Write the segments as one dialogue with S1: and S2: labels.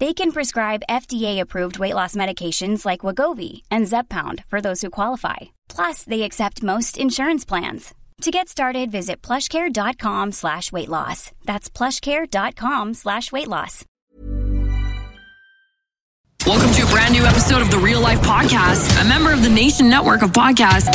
S1: They can prescribe FDA-approved weight loss medications like Wagovi and Zepbound for those who qualify. Plus, they accept most insurance plans. To get started, visit plushcare.com slash weight loss. That's plushcare.com slash weight loss.
S2: Welcome to a brand new episode of the Real Life Podcast, a member of the Nation Network of Podcasts.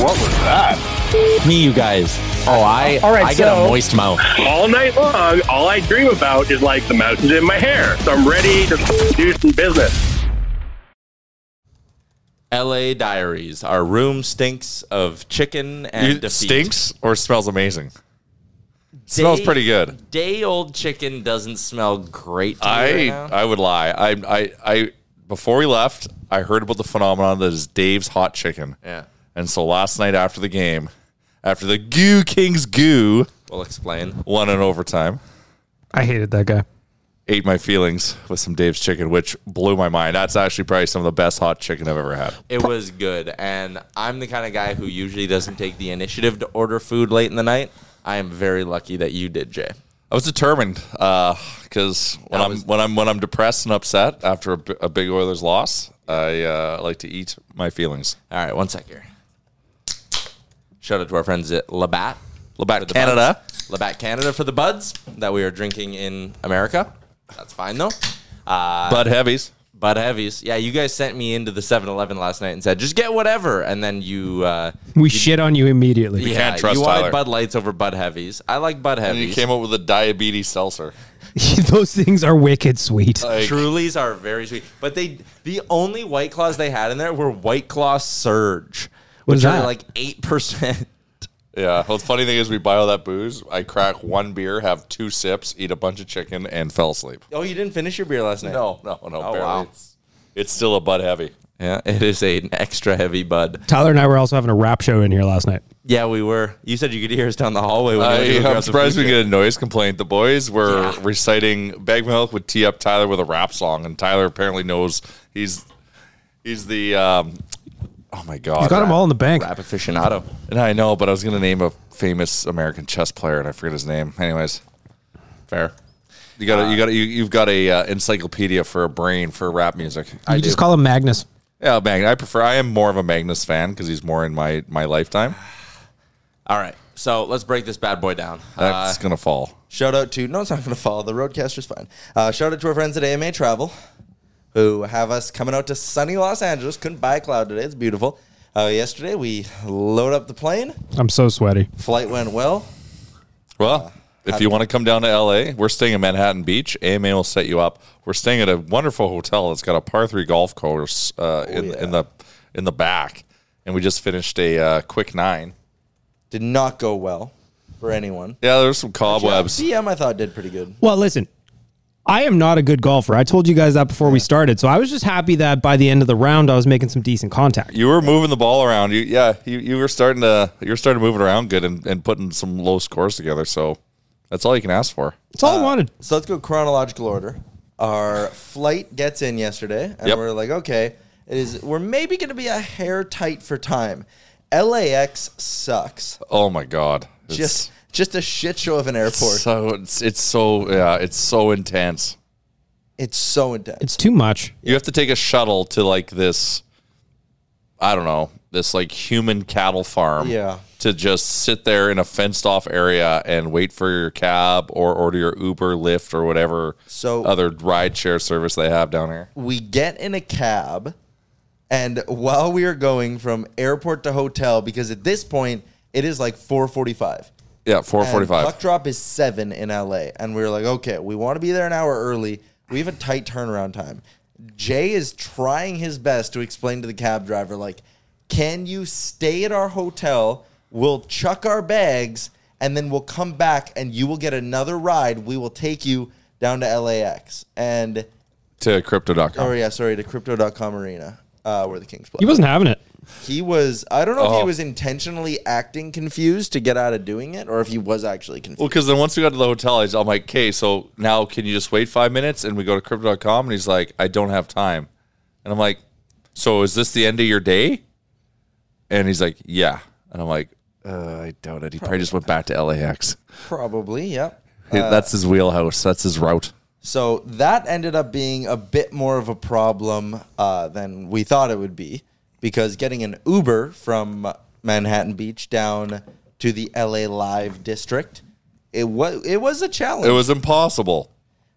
S3: What was that?
S4: Me, you guys. Oh, I
S5: All right,
S4: I get a
S5: so-
S4: moist mouth.
S3: All night long, all I dream about is like the mountains in my hair. So I'm ready to f- do some business.
S4: L.A. Diaries. Our room stinks of chicken and
S6: You-
S4: defeat.
S6: stinks or smells amazing?
S4: Day-
S6: smells pretty good.
S4: Day old chicken doesn't smell great. To I,
S6: I I would lie. I I I before we left, I heard about the phenomenon that is Dave's hot chicken.
S4: yeah.
S6: And so last night after the game, after the Goo Kings Goo
S4: We'll explain.
S6: won in overtime,
S5: I hated that guy.
S6: ate my feelings with some Dave's chicken, which blew my mind. That's actually probably some of the best hot chicken I've ever had.
S4: It was good, and I'm the kind of guy who usually doesn't take the initiative to order food late in the night. I am very lucky that you did, Jay.
S6: I was determined because when
S4: That
S6: I'm
S4: was-
S6: when I'm when I'm depressed and upset after a, bi- a big Oilers loss, I uh, like to eat my feelings.
S4: All right, one sec here. Shout out to our friends at Labatt.
S6: Labatt,
S4: for the
S6: Canada.
S4: buds. Labatt Canada for the buds that we are drinking in America. That's fine though.
S6: Bud Heavies.
S4: Bud Heavies. Yeah, you guys sent me into the 7-Eleven last night and said, just get whatever. And then you... Uh,
S5: We shit on you immediately.
S4: yeah,
S6: can't trust
S4: you wanted
S6: Tyler.
S4: Bud Lights over Bud Heavies. I like Bud
S6: And you
S4: Heavies.
S6: came up with a diabetes seltzer.
S5: Those things are wicked sweet.
S6: Like,
S4: Trulies are very sweet. But they the only White Claws they had in there were White Claw Surge,
S5: What
S4: which
S5: is
S4: are
S5: that?
S4: like 8%.
S6: Yeah. Well, the funny thing is, we buy all that booze. I crack one beer, have two sips, eat a bunch of chicken, and fell asleep.
S4: Oh, you didn't finish your beer last night.
S6: No, no, no.
S4: Oh,
S6: barely.
S4: wow.
S6: It's, it's still a Bud Heavy.
S4: Yeah, it is a, an extra heavy Bud.
S5: Tyler and I were also having a rap show in here last night.
S4: Yeah, we were. You said you could hear us down the hallway. When you went to go
S6: I,
S4: grab
S6: Uh, I'm
S4: some
S6: surprised
S4: food
S6: we
S4: here.
S6: get a noise complaint. The boys were
S4: Yeah.
S6: reciting "Bag Milk" would tee up Tyler with a rap song, and Tyler apparently knows he's he's the um, oh my god,
S5: He's got them all in the bank.
S4: Rap aficionado.
S6: And I know, but I was gonna name a famous American chess player, and I forget his name. Anyways, fair. You got a, you got a, you, you've got a uh, encyclopedia for a brain for rap music.
S5: You just call him Magnus.
S6: Yeah, Magnus. I prefer. I am more of a Magnus fan because he's more in my my lifetime.
S4: All right, so let's break this bad boy down.
S5: Uh,
S6: That's gonna fall.
S4: Shout out to no, it's not going to fall. The roadcaster's fine. Uh, shout out to our friends at AMA Travel, who have us coming out to sunny Los Angeles. Couldn't buy a cloud today. It's beautiful. Uh, yesterday we load up the plane.
S5: I'm so sweaty.
S4: Flight went well.
S6: Well,
S5: uh,
S6: if you want to come down to LA, we're staying in Manhattan Beach. AMA will set you up. We're staying at a wonderful hotel that's got a par three golf course
S5: Oh,
S6: uh, in, in the in the back, and we just finished a uh, quick nine.
S7: did not go well for anyone.
S6: Yeah, there's some cobwebs.
S7: Yeah, CM I thought did pretty good.
S5: Well, listen, I am not a good golfer. I told you guys that before we started. So I was just happy that by the end of the round, I was making some decent contact.
S6: You were moving the ball around. You yeah, you, you were starting to you were starting to move it around good and, and putting some low scores together. So that's all you can ask for.
S5: That's all I wanted.
S3: Uh, So let's go chronological order. Our flight gets in yesterday, and
S6: Yep.
S3: we're like, okay, it is. We're maybe going to be a hair tight for time. LAX sucks.
S6: Oh my god. It's
S3: Just just a shit show of an airport.
S6: so it's, it's so yeah, it's so intense.
S3: It's so intense.
S5: It's too much.
S6: You have to take a shuttle to like this I don't know, this like human cattle farm.
S3: Yeah.
S6: To just sit there in a fenced off area and wait for your cab or order your Uber, Lyft, or whatever
S3: So-
S6: other ride share service they have down here.
S3: we get in a cab, and while we are going from airport to hotel, because at this point it is like four forty-five.
S6: Yeah, four forty
S3: And
S6: five.
S3: Puck drop is seven in LA, and we were like, okay, we want to be there an hour early. We have a tight turnaround time. Jay is trying his best to explain to the cab driver, like, can you stay at our hotel? We'll chuck our bags, and then we'll come back, and you will get another ride. We will take you down to LAX, and
S6: To crypto.com.
S3: oh yeah, sorry, to Crypto.com Arena, uh, where the Kings play.
S5: He wasn't having it.
S3: He was. I don't know if
S6: Oh.
S3: he was intentionally acting confused to get out of doing it, or if he was actually confused.
S6: Well, because then once we got to the hotel, I was- I'm like, okay, so now can you just wait five minutes? And we go to crypto.com, and he's like, I don't have time. And I'm like, so is this the end of your day? And he's like, yeah. And I'm like, uh, I doubt it. He probably just went back to LAX.
S3: Probably, yep.
S6: Hey,
S4: uh,
S6: That's his wheelhouse. That's his route.
S3: So that ended up being a bit more of a problem uh, than we thought it would be because getting an Uber from Manhattan Beach down to the LA Live district, it was it was a challenge.
S6: It was impossible.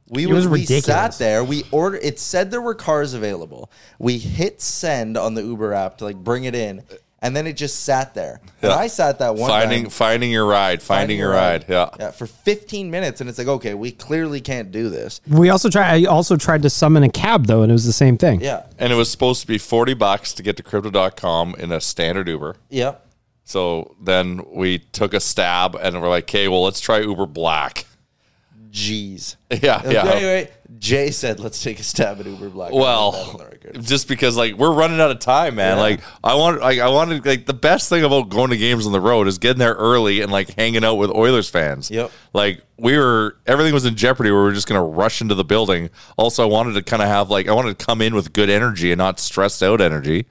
S3: we
S5: it was
S3: we
S5: ridiculous.
S3: sat there. We ordered. It said there were cars available. We hit send on the Uber app to like bring it in, and then it just sat there. And
S6: Yeah.
S3: I sat that one
S6: finding
S3: time-
S6: finding your ride, finding, your ride. Yeah.
S3: for 15 minutes, and it's like okay, we clearly can't do this.
S5: We also tried. I also tried to summon a cab though, and it was the same thing.
S3: Yeah,
S6: And it was supposed to be 40 bucks to get to crypto.com in a standard Uber.
S3: yep.
S6: So then we took a stab and we're like, okay, well, let's try Uber Black.
S3: Jeez.
S6: Yeah,
S3: Okay,
S6: yeah.
S3: Anyway, Jay said, "Let's take a stab at Uber Black." Put that on the
S6: Well,
S3: record.
S6: just because like we're running out of time, man.
S3: Yeah.
S6: Like I wanted, like I wanted, like the best thing about going to games on the road is getting there early and like hanging out with Oilers fans.
S3: Yep.
S6: Like we were, everything was in jeopardy. We were just gonna rush into the building. Also, I wanted to kind of have like I wanted to come in with good energy and not stressed out energy.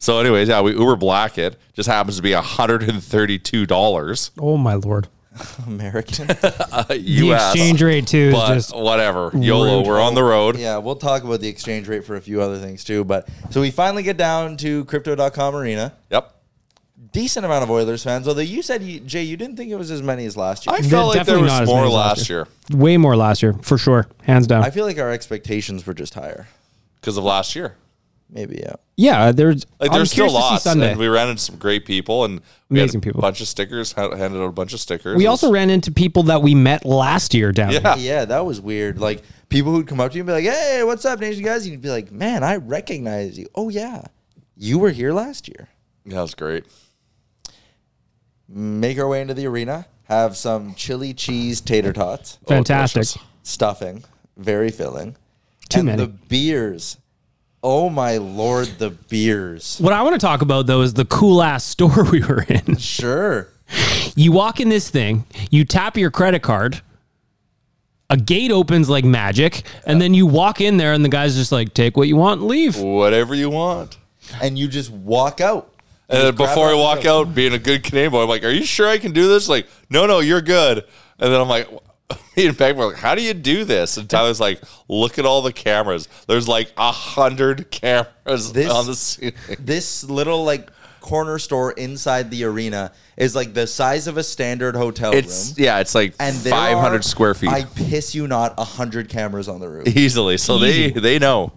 S6: So, anyways, yeah, we Uber Black it. Just happens to be hundred and thirty-two dollars
S5: Oh my lord.
S3: American.
S5: The
S6: U.S.
S5: exchange rate too
S6: but
S5: is just
S6: whatever, YOLO.
S5: rude.
S6: We're on the road.
S3: yeah, we'll talk about the exchange rate for a few other things too. But so we finally get down to Crypto.com Arena.
S6: Yep.
S3: Decent amount of Oilers fans, although you said you, Jay, you didn't think it was as many as last year.
S6: I felt like there
S5: definitely
S6: was
S5: not as many
S6: more
S5: as last
S6: last year
S5: way more last year for sure, hands down.
S3: I feel like our expectations were just higher.
S6: because of last year.
S3: Maybe yeah.
S5: yeah, uh, there's
S6: Like
S5: I'm
S6: there's still
S5: curious to see
S6: lots,
S5: Sunday.
S6: and we ran into some great people and we
S5: Amazing people.
S6: A bunch of stickers, ha- handed out a bunch of stickers.
S5: We
S6: It
S5: also
S6: was-
S5: ran into people that we met last year down
S6: Yeah.
S5: there.
S3: Yeah, that was weird. Like people who'd come up to you and be like, "Hey, what's up, Nation guys?" And you'd be like, "Man, I recognize you. Oh yeah, you were here last year."
S6: yeah, that was great.
S3: Make our way into the arena. Have some chili cheese tater tots.
S5: Fantastic.
S6: delicious.
S3: stuffing, very filling.
S5: Too
S3: and
S5: many.
S3: The beers. Oh my lord, the beers.
S5: What I want to talk about though is the cool ass store we were in.
S3: Sure.
S5: You walk in this thing, you tap your credit card, a gate opens like magic, and then you walk in there and the guy's just like, take what you want and leave.
S6: Whatever you want.
S3: And you just walk out.
S6: And then
S3: grab
S6: before
S3: it
S6: I
S3: and
S6: walk
S3: go.
S6: out, being a good Canadian boy, I'm like, "Are you sure I can do this?" Like, "No, no, you're good." And then I'm like, me and Peg were like, "How do you do this?" And Tyler's like, "Look at all the cameras. There's like a hundred cameras
S3: This-
S6: on the ceiling."
S3: This little like corner store inside the arena is like the size of a standard hotel
S6: It's
S3: room.
S6: yeah, it's like
S3: And there
S6: 500
S3: are,
S6: square feet
S3: I piss you not, a hundred cameras on the roof.
S6: easily. So they they know.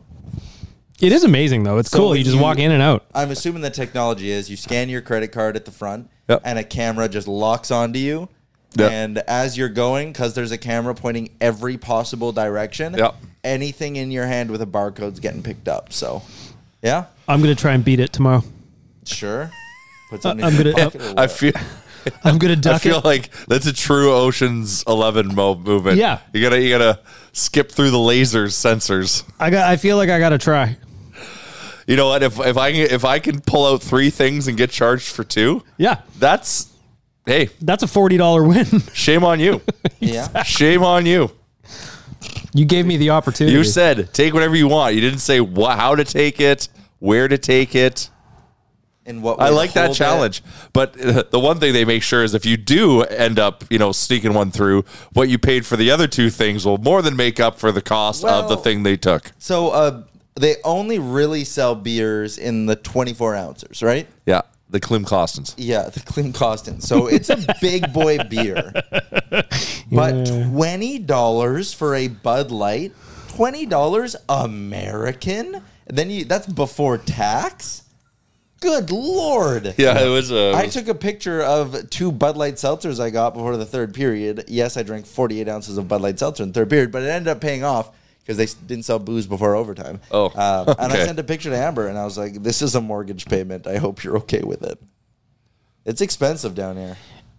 S5: It is amazing though. It's
S3: So
S5: cool.
S3: when
S5: You just
S3: you-
S5: walk in and out.
S3: I'm assuming the technology is you scan your credit card at the front,
S6: Yep.
S3: and a camera just locks onto you.
S6: Yep.
S3: And as you're going, because there's a camera pointing every possible direction,
S6: Yep.
S3: anything in your hand with a barcode's getting picked up. So, yeah,
S5: I'm gonna try and beat it tomorrow.
S3: sure. Put something
S5: I'm
S3: in your
S5: gonna-
S3: pocket or
S6: I
S3: what?
S6: feel
S5: I'm gonna
S6: I
S5: duck
S6: feel
S5: it.
S6: like that's a true Ocean's Eleven mo- movement.
S5: Yeah.
S6: you gotta you gotta skip through the lasers sensors.
S5: I got. I feel like I gotta try.
S6: You know what? If if I can if I can pull out three things and get charged for two,
S5: Yeah,
S6: that's hey,
S5: that's a forty dollar win.
S6: shame on you.
S3: Yeah.
S6: shame on you.
S5: you gave me the opportunity.
S6: You said take whatever you want. You didn't say what, how to take it, where to take it.
S3: And what
S6: I
S3: way to
S6: like that
S3: hold it.
S6: challenge. But uh, the one thing they make sure is if you do end up, you know, sneaking one through, what you paid for the other two things will more than make up for the cost of the
S3: Well-
S6: thing they took.
S3: So uh, they only really sell beers in the 24 ounces, right?
S6: Yeah, the Klim Costins.
S3: Yeah, the Clem Costin. So it's a big boy beer. But $20 for a Bud Light, $20 American? Then you that's before tax? Good lord.
S6: Yeah, it was. Uh,
S3: I took a picture of two Bud Light seltzers I got before the third period. Yes, I drank 48 ounces of Bud Light seltzer in the third period, but it ended up paying off because they s- didn't sell booze before overtime.
S6: Oh,
S3: Um, and I
S6: okay.
S3: sent a picture to Amber and I was like, this is a mortgage payment. I hope you're okay with it. It's expensive down here.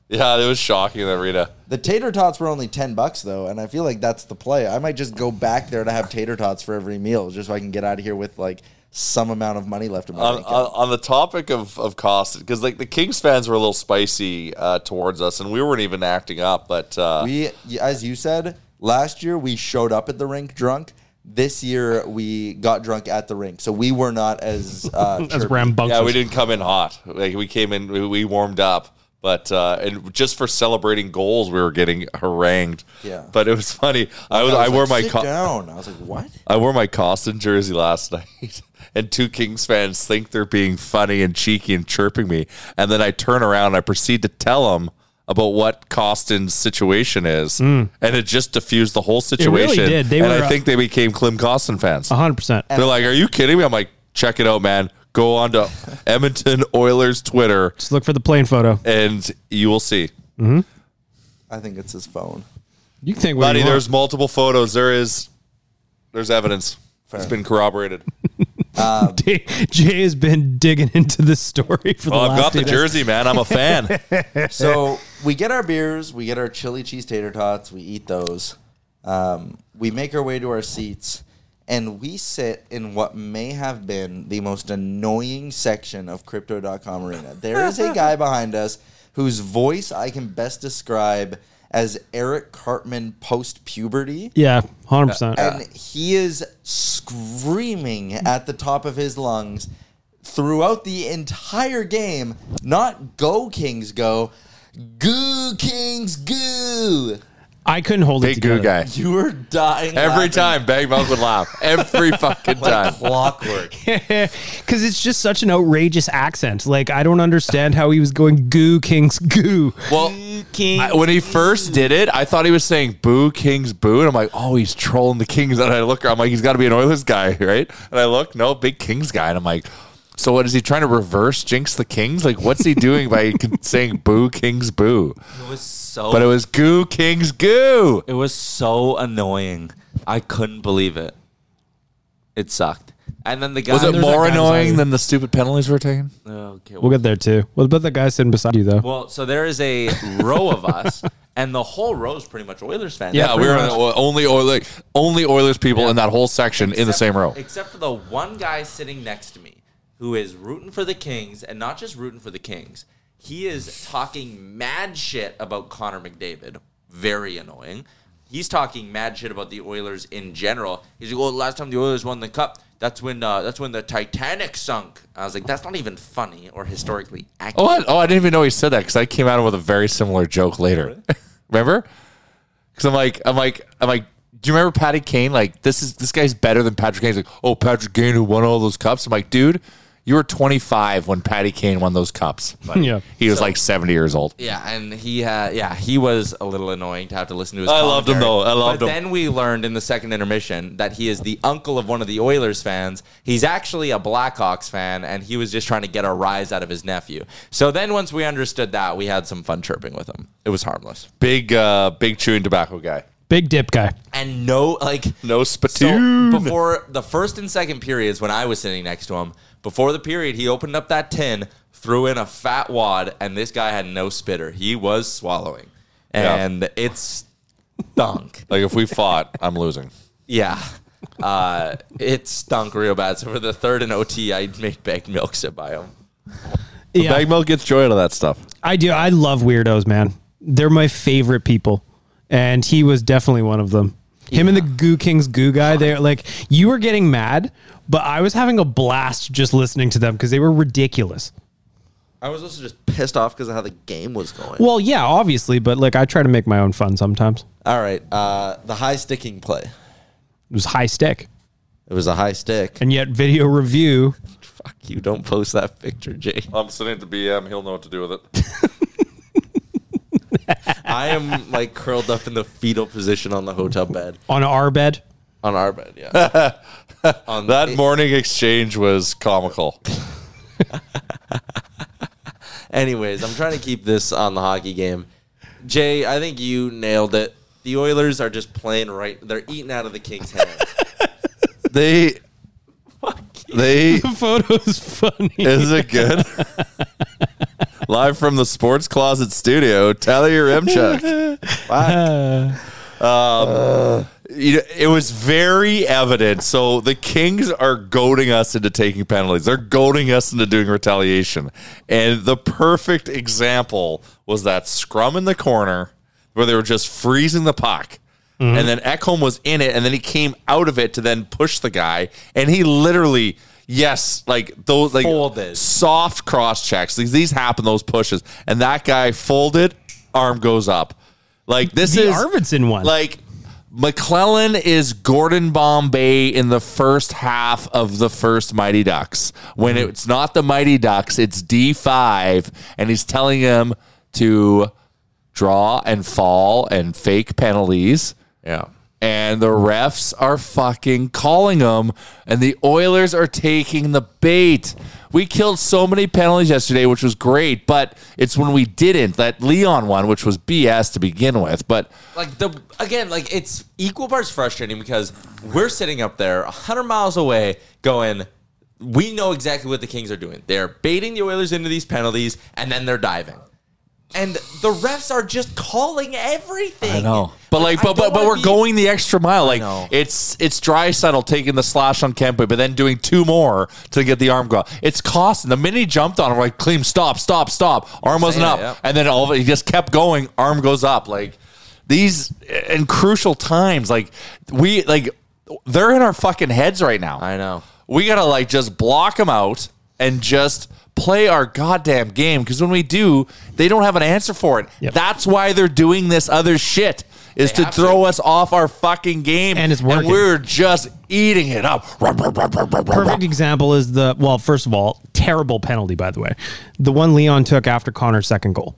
S6: yeah, it was shocking that Rita.
S3: The tater tots were only 10 bucks though, and I feel like that's the play. I might just go back there to have tater tots for every meal just so I can get out of here with like some amount of money left in my
S6: on,
S3: bank
S6: on,
S3: account.
S6: on the topic of of cost, because like the Kings fans were a little spicy uh, towards us, and we weren't even acting up. But uh,
S3: We, y- as you said, last year we showed up at the rink drunk. This year we got drunk at the rink, so we were not as uh,
S5: That's
S3: chirpy.
S5: rambunctious.
S6: yeah, we didn't come in hot. Like we came in, we- we warmed up, but uh, and just for celebrating goals, we were getting harangued.
S3: Yeah.
S6: but it was funny. I was, I,
S3: was
S6: wore
S3: like,
S6: my
S3: Sit
S6: co-
S3: down. I was like, what?
S6: I wore my Costin jersey last night, and two Kings fans think they're being funny and cheeky and chirping me. And then I turn around and I proceed to tell them about what Costin's situation is, and it just diffused the whole
S5: Hmm. really
S6: situation.
S5: did. They
S6: and
S5: were,
S6: I
S5: uh, Uh-huh.
S6: think they became Clem Costin fans.
S5: hundred percent.
S6: They're like, "Are you kidding me?" I'm like, "Check it out, man. Go on to Edmonton Oilers Twitter,
S5: Just look for the plane photo.
S6: and you will see."
S3: I think it's his phone.
S5: You can think what
S6: Buddy,
S5: you want.
S6: there's multiple photos. There is, there's evidence. It's been corroborated.
S5: Jay, Jay has been digging into this story for the
S6: Well, Oh, I've
S5: last.
S6: got the
S5: eight-
S6: jersey, man. I'm a fan.
S3: So we get our beers, we get our chili cheese tater tots, we eat those. Um, we make our way to our seats, and we sit in what may have been the most annoying section of Crypto.com Arena. There is a guy behind us whose voice I can best describe as Eric Cartman post puberty.
S5: Yeah, hundred percent.
S3: And he is screaming at the top of his lungs throughout the entire game. Not go Kings go, goo Kings goo.
S5: I couldn't hold it
S6: Big goo
S5: together.
S6: guy.
S3: You were dying
S6: Every
S3: laughing
S6: time, Bang Bunk would laugh. Every fucking time.
S3: like clockwork.
S5: Because it's just such an outrageous accent. Like I don't understand how he was going goo kings goo.
S6: Well, I- when he first did it, I thought he was saying "Boo Kings Boo," and I'm like, "Oh, he's trolling the Kings." And I look, I'm like, "He's got to be an Oilers guy, right?" And I look, no, big Kings guy, and I'm like, "So what is he trying to reverse jinx the Kings? Like, what's he doing by con- saying "Boo Kings Boo"?"
S4: It was so.
S6: But it was "Goo Kings Goo."
S4: It was so annoying. I couldn't believe it. It sucked. And then the guy
S6: Was it
S5: there's
S6: more
S5: that guy
S6: annoying
S5: beside
S6: than the stupid penalties we're taking?
S4: Okay,
S5: We'll get there too. What about the guy sitting beside you though?
S4: Well, so there is a row of us, and the whole row is pretty much Oilers fans.
S6: Yeah, we were in the o- only Oilers, only Oilers people in that whole section in the
S4: Except-
S6: same row.
S4: Except for the one guy sitting next to me who is rooting for the Kings, and not just rooting for the Kings. He is talking mad shit about Connor McDavid. Very annoying. He's talking mad shit about the Oilers in general. He's like, "Oh, last time the Oilers won the cup, that's when uh, that's when the Titanic sunk." I was like, "That's not even funny or historically accurate."
S6: Oh, I, oh, I didn't even know he said that because I came at him with a very similar joke later. remember? Because I'm like, I'm like, I'm like, do you remember Patty Kane? Like, this is this guy's better than Patrick Kane. He's like, oh, Patrick Kane who won all those cups. I'm like, dude, you were 25 when Patty Kane won those cups. But
S5: Yeah.
S6: he was like 70 years old.
S4: Yeah, and he uh, yeah he was a little annoying to have to listen to his.
S6: I loved him,
S4: commentary.
S6: though. I loved
S4: but
S6: him.
S4: Then we learned in the second intermission that he is the uncle of one of the Oilers fans. He's actually a Blackhawks fan, and he was just trying to get a rise out of his nephew. So then once we understood that, we had some fun chirping with him. It was harmless
S6: Big, uh, big chewing tobacco guy.
S5: Big dip guy.
S4: and no like
S6: No
S4: So
S6: spittoon.
S4: before the first and second periods, when I was sitting next to him, before the period, he opened up that tin, threw in a fat wad, and this guy had no spitter. He was swallowing,
S6: Yeah.
S4: and it's stunk.
S6: Like if we fought, I'm losing.
S4: Yeah. Uh, it stunk real bad. So for the third and OT, I made baked milk sit by him.
S6: The Bag milk gets joy out of that stuff.
S5: I do. I love weirdos, man. They're my favorite people, and he was definitely one of them. Him and the Goo Kings Goo guy, they're like you were getting mad, but I was having a blast just listening to them because they were ridiculous.
S3: I was also just pissed off because of how the game was going.
S5: Well, yeah, obviously, but like I try to make my own fun sometimes.
S3: All right, uh, the high sticking play.
S5: It was high stick,
S3: It was a high stick.
S5: and yet video review.
S4: Fuck you! Don't post that picture, Jay.
S6: I'm sitting at the BM. He'll know what to do with it.
S4: I am like curled up in the fetal position on the hotel bed
S5: on our bed.
S4: on our bed. Yeah. on
S6: That morning exchange was comical.
S4: Anyways, I'm trying to keep this on the hockey game. Jay, I think you nailed it. The Oilers are just playing right. They're eating out of the Kings' hand.
S6: They, they
S5: The photo's funny.
S6: is it good? Live from the Sports Closet Studio, Tyler Remchuk. You know, it was very evident. So the Kings are goading us into taking penalties. They're goading us into doing retaliation. And the perfect example was that scrum in the corner where they were just freezing the puck. And then Ekholm was in it, and then he came out of it to then push the guy, and he literally, yes, like those like
S4: Folded.
S6: soft cross checks. These these happen, those pushes, and that guy folded, arm goes up. Like this
S5: The
S6: is
S5: Arvidsson one.
S6: like McClellan is Gordon Bombay in the first half of the first Mighty Ducks. When
S5: Mm-hmm.
S6: it's not the Mighty Ducks, it's D5, and he's telling him to draw and fall and fake penalties.
S4: yeah.
S6: And the refs are fucking calling him, and the Oilers are taking the bait. We killed so many penalties yesterday, which was great, but it's when we didn't that Leon one, which was BS to begin with. But
S4: Like the again, like it's equal parts frustrating because we're sitting up there 100 miles away going we know exactly what the Kings are doing. They're baiting the Oilers into these penalties and then they're diving. And the refs are just calling everything.
S6: I know. But like,
S4: I don't
S6: but but, but
S4: wanna
S6: we're
S4: be-
S6: going the extra mile. Like
S4: know.
S6: it's it's dry settle taking the slash on Kempe, but then doing two more to get the arm go. It's costing. The minute he jumped on him, we're like clean, stop, stop, stop. Arm wasn't
S4: Saying
S6: up,
S4: it, yeah.
S6: and then all of it, he just kept going. Arm goes up. Like these in crucial times, like we like they're in our fucking heads right now.
S4: I know.
S6: We gotta like just block them out and just play our goddamn game because when we do, they don't have an answer for it.
S5: Yep.
S6: That's why they're doing this other shit is to
S4: have
S6: throw us off our fucking game,
S5: And it's working.
S6: we're just eating it up. Perfect.
S5: perfect example is the well first of all terrible penalty by the way the one leon took after connor's second goal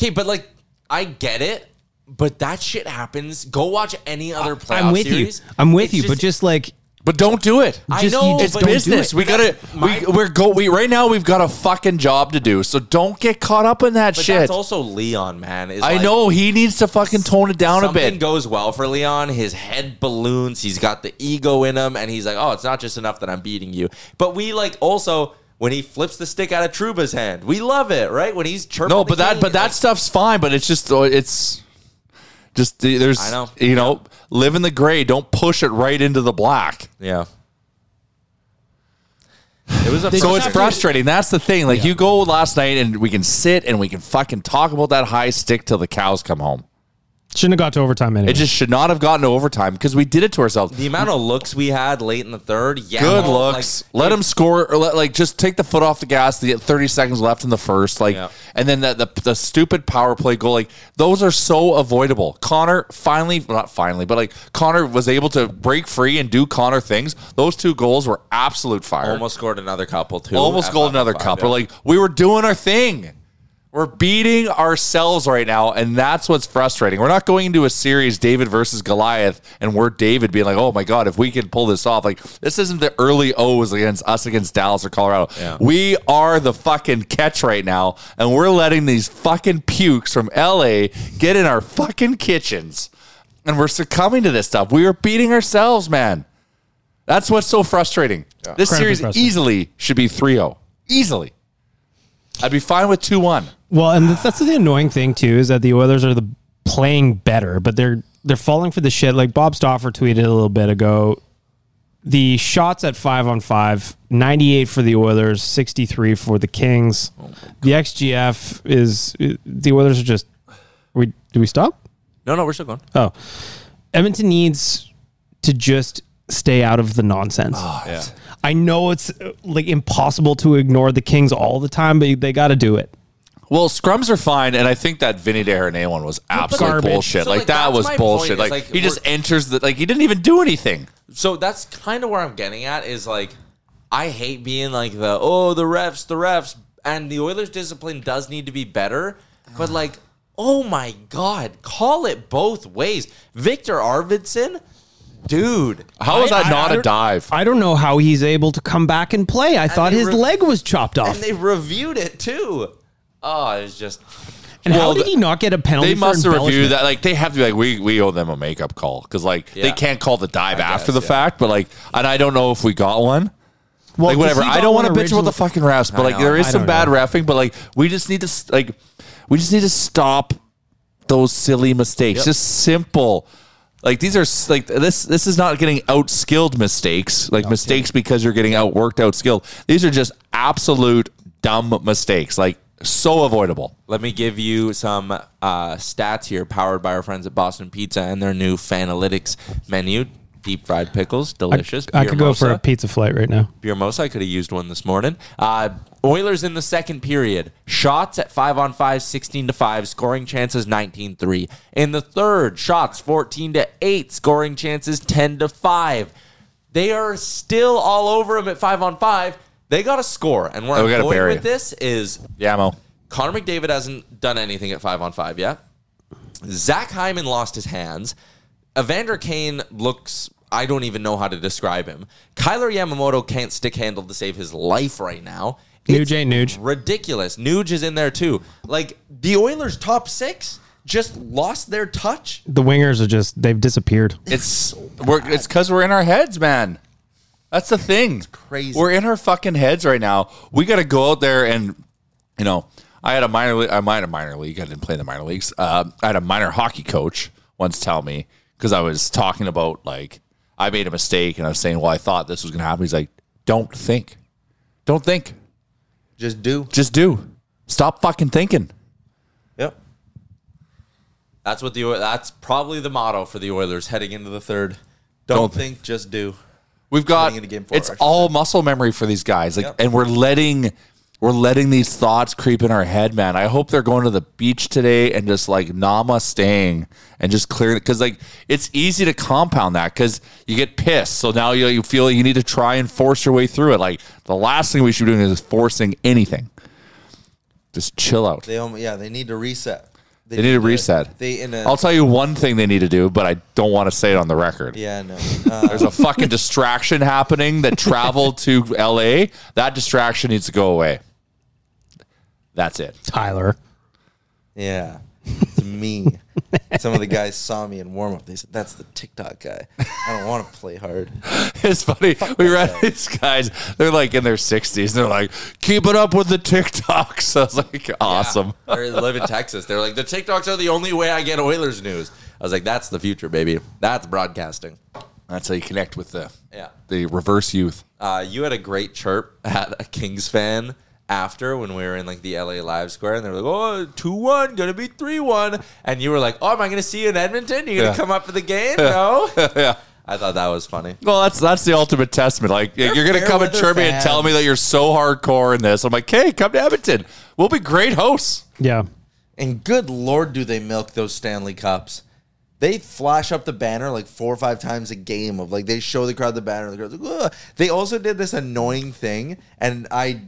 S4: Okay, but like I get it, but that shit happens. Go watch any other playoff
S5: i'm with
S4: series.
S5: you i'm with
S4: It's
S5: you but just like
S6: But don't do it.
S4: I
S5: just-
S4: know
S5: you just
S4: but
S5: don't do
S6: Business.
S5: it.
S6: We gotta.
S4: My-
S6: we, we're go. We right now. We've got a fucking job to do. So don't get caught up in that
S4: But
S6: shit.
S4: that's also Leon, man. Is
S6: I
S4: like,
S6: know he needs to fucking tone it down a
S4: something
S6: bit.
S4: goes well for Leon. His head balloons. He's got the ego in him, and he's like, "Oh, it's not just enough that I'm beating you." But we like also when he flips the stick out of Truba's hand, we love it, right? When he's chirping.
S6: No,
S4: the
S6: but that
S4: King,
S6: but that
S4: like,
S6: stuff's fine. But it's just uh, it's just the- there's
S4: I know.
S6: you know live in the gray. Don't push it right into the black.
S4: yeah. It was a
S6: So it's
S4: frustrating-
S6: frustrating. That's the thing. Like you go last night, and we can sit and we can fucking talk about that high stick till the cows come home.
S5: shouldn't have got to overtime anyway
S6: It just should not have gotten to overtime because we did it to ourselves.
S4: The amount of looks we had late in the third, yeah,
S6: Good
S4: like,
S6: looks. let him score, or let, like just take the foot off the gas. The thirty seconds left in the first, like,
S4: Yeah.
S6: and then the, the the stupid power play goal, like those are so avoidable. Connor finally, well, not finally, but like Connor was able to break free and do Connor things. Those two goals were absolute fire.
S4: almost scored another couple too.
S6: almost
S4: at
S6: goal
S4: five
S6: another
S4: on five,
S6: cup.
S4: yeah.
S6: Or like we were doing our thing. We're beating ourselves right now, and that's what's frustrating. We're not going into a series David versus Goliath, and we're David being like, "Oh my god, if we can pull this off!" Like this isn't the early O's against us against Dallas or Colorado.
S4: Yeah.
S6: We are the fucking catch right now, and we're letting these fucking pukes from LA get in our fucking kitchens, and we're succumbing to this stuff. We are beating ourselves, man. That's what's so frustrating. This
S5: Incredibly
S6: series
S5: frustrating.
S6: easily should be 3 0. Easily. oh. I'd be fine with two one.
S5: Well, and that's- that's the annoying thing too is that the Oilers are the playing better, but they're they're falling for the shit. Like Bob Stoffer tweeted a little bit ago, the shots at five on five, 98 for the Oilers, 63 for the Kings. the XGF is the Oilers are just. We do we stop?
S4: No, no, we're still going.
S5: Oh, Edmonton needs to just stay out of the nonsense.
S6: Yeah.
S5: I know it's uh, like impossible to ignore the Kings all the time, but they got to do it.
S6: Well, scrums are fine, and I think that Vinny DeHernay one was absolute
S5: garbage.
S6: bullshit.
S4: So,
S6: like,
S4: like,
S6: that
S4: that's
S6: was
S4: my
S6: bullshit.
S4: point, is,
S6: Like,
S4: like,
S6: he just
S4: we're-
S6: enters the like he didn't even do anything.
S4: So that's kind of where I'm getting at is like I hate being like the oh the refs the refs and the Oilers discipline does need to be better, but like oh my god, call it both ways. Victor Arvidsson, dude,
S6: How is that
S5: I-
S6: not
S5: I
S6: a
S5: don't-
S6: dive?
S5: I don't know how he's able to come back and play. I thought
S4: they
S5: his
S4: re-
S5: leg was chopped off.
S4: and they reviewed it too. Oh, it's just
S5: And how
S6: Well,
S5: did
S6: the-
S5: he not get a penalty?
S6: they
S5: for
S6: must have reviewed
S5: embellishment?
S6: that. Like they have to be like we we owe them a makeup call because like they
S4: Yeah.
S6: can't call the dive after
S4: guess,
S6: the
S4: yeah.
S6: fact. But like, and I don't know if we got one.
S5: Well,
S6: like
S5: 'cause
S6: whatever.
S5: he
S6: I
S5: got
S6: don't
S5: one
S6: want to bitch about
S5: originally-
S6: the fucking refs, but like
S4: know,
S6: there is
S5: I
S6: some
S5: don't
S6: bad
S5: know.
S6: refing. But like we just need to s- like we just need to stop those silly mistakes. Just simple. Like these are s- like this. This is not getting outskilled mistakes. Like mistakes because you're getting outworked, outskilled. These are just absolute dumb mistakes. Like so avoidable.
S4: Let me give you some uh, stats here, powered by our friends at Boston Pizza and their new Fanalytics menu. Deep fried pickles, delicious.
S5: I could go for a
S4: Piramosa.
S5: pizza flight right now.
S4: Biermosa. I could have used one this morning. Uh, Oilers in the second period. Shots at 5 on 5, 16 to 5. Scoring chances 19 3. In the third, shots 14 to 8. Scoring chances 10 to 5. They are still all over him at 5 on 5. They got to score. And where
S6: Oh, we
S4: I'm
S6: gotta
S4: going
S6: bury
S4: with
S6: it.
S4: this is
S6: Yeah, Mo.
S4: Connor McDavid hasn't done anything at 5 on 5 yet. Zach Hyman lost his hands. Evander Kane looks. I don't even know how to describe him. Kyler Yamamoto can't stick handle to save his life right now. It's
S5: Nuge ain't Nuge.
S4: ridiculous. Nuge is in there too. Like the Oilers' top six just lost their touch.
S5: The wingers are just they've disappeared.
S6: It's we're it's because we're in our heads, man. That's the thing.
S3: crazy.
S6: We're in our fucking heads right now. We got to go out there and you know. I had a minor. le- I might a minor league. I didn't play in the minor leagues. Uh, I had a minor hockey coach once tell me because I was talking about like I made a mistake and I was saying, well, I thought this was going to happen. He's like, don't think, don't think,
S3: Just do.
S6: just do. Stop fucking thinking.
S4: Yep. That's what the Oil- that's probably the motto for the Oilers heading into the third.
S3: Don't,
S6: Don't
S3: think, just do.
S6: We've got
S3: Putting it in game four,
S6: it's
S3: I should
S6: all muscle memory for these guys, like, and we're letting we're letting these thoughts creep in our head, man. I hope they're going to the beach today and just like namasteing and just clearing because like it's easy to compound that because you get pissed, so now you, you feel you need to try and force your way through it. Like the last thing we should be doing is forcing anything. Just chill out.
S3: They almo- yeah, they need to reset.
S6: They need to reset.
S3: They in a
S6: I'll tell you one thing they need to do, but I don't want to say it on the record.
S3: yeah no. Uh,
S6: There's a fucking distraction happening that traveled to LA. That distraction needs to go away. That's it.
S5: Tyler.
S3: yeah, it's me. Some of the guys saw me in warm up. They said, "That's the TikTok guy. I don't want to play hard."
S6: It's funny. we read these guys, they're like in their 60s. They're like, keep it up with the TikToks. I was like, awesome.
S4: They live in Texas. They're like, the TikToks are the only way I get Oilers news. I was like, that's the future, baby. That's broadcasting.
S6: That's how you connect with the,
S4: Yeah.
S6: the reverse youth.
S4: Uh, you had a great chirp at a Kings fan after when we were in like the LA Live Square, and they were like, oh, 2 1, gonna be 3 1. And you were like, oh, am I gonna see you in Edmonton? You gonna
S6: Yeah.
S4: come up for the game? No.
S6: Yeah.
S4: I thought that was funny.
S6: Well, that's that's the ultimate testament. Like you're, gonna come and
S3: fair-weather
S6: chirp me and tell me that you're so hardcore in this. I'm like, hey, come to Edmonton. We'll be great hosts.
S5: Yeah.
S3: And good lord, do they milk those Stanley Cups? They flash up the banner like four or five times a game of like they show the crowd the banner. The crowd's like, Ugh. they also did this annoying thing, and I,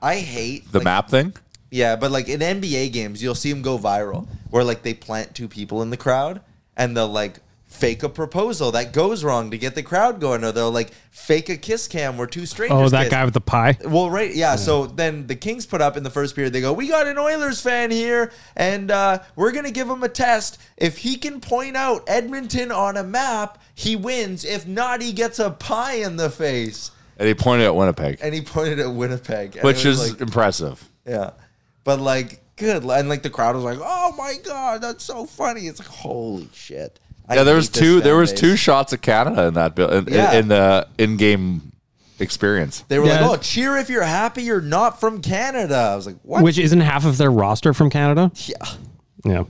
S3: I hate
S6: The
S3: like,
S6: map thing.
S3: Yeah, but like in NBA games, you'll see them go viral where like they plant two people in the crowd and they'll like fake a proposal that goes wrong to get the crowd going, or they'll like fake a kiss cam where two strangers.
S5: Oh, that
S3: kiss.
S5: guy with the pie.
S3: Well, right, yeah. So then the Kings put up in the first period. They go, "We got an Oilers fan here, and uh, we're gonna give him a test. If he can point out Edmonton on a map, he wins. If not, he gets a pie in the face."
S6: And he pointed at Winnipeg.
S3: And he pointed at Winnipeg, and
S6: which
S3: it was
S6: is
S3: like,
S6: impressive.
S3: Yeah. But like, good. And like the crowd was like, oh my God, that's so funny. It's like, holy shit. I
S6: yeah, there was
S3: hate this
S6: two. There
S3: fan
S6: was
S3: base.
S6: two shots of Canada in that bill in, in-
S3: Yeah.
S6: in the in-game experience.
S3: They were
S5: Yeah.
S3: like, oh, cheer if you're happy you're not from Canada. I was like, what?
S5: Which isn't half of their roster from Canada.
S3: yeah.
S5: Yeah.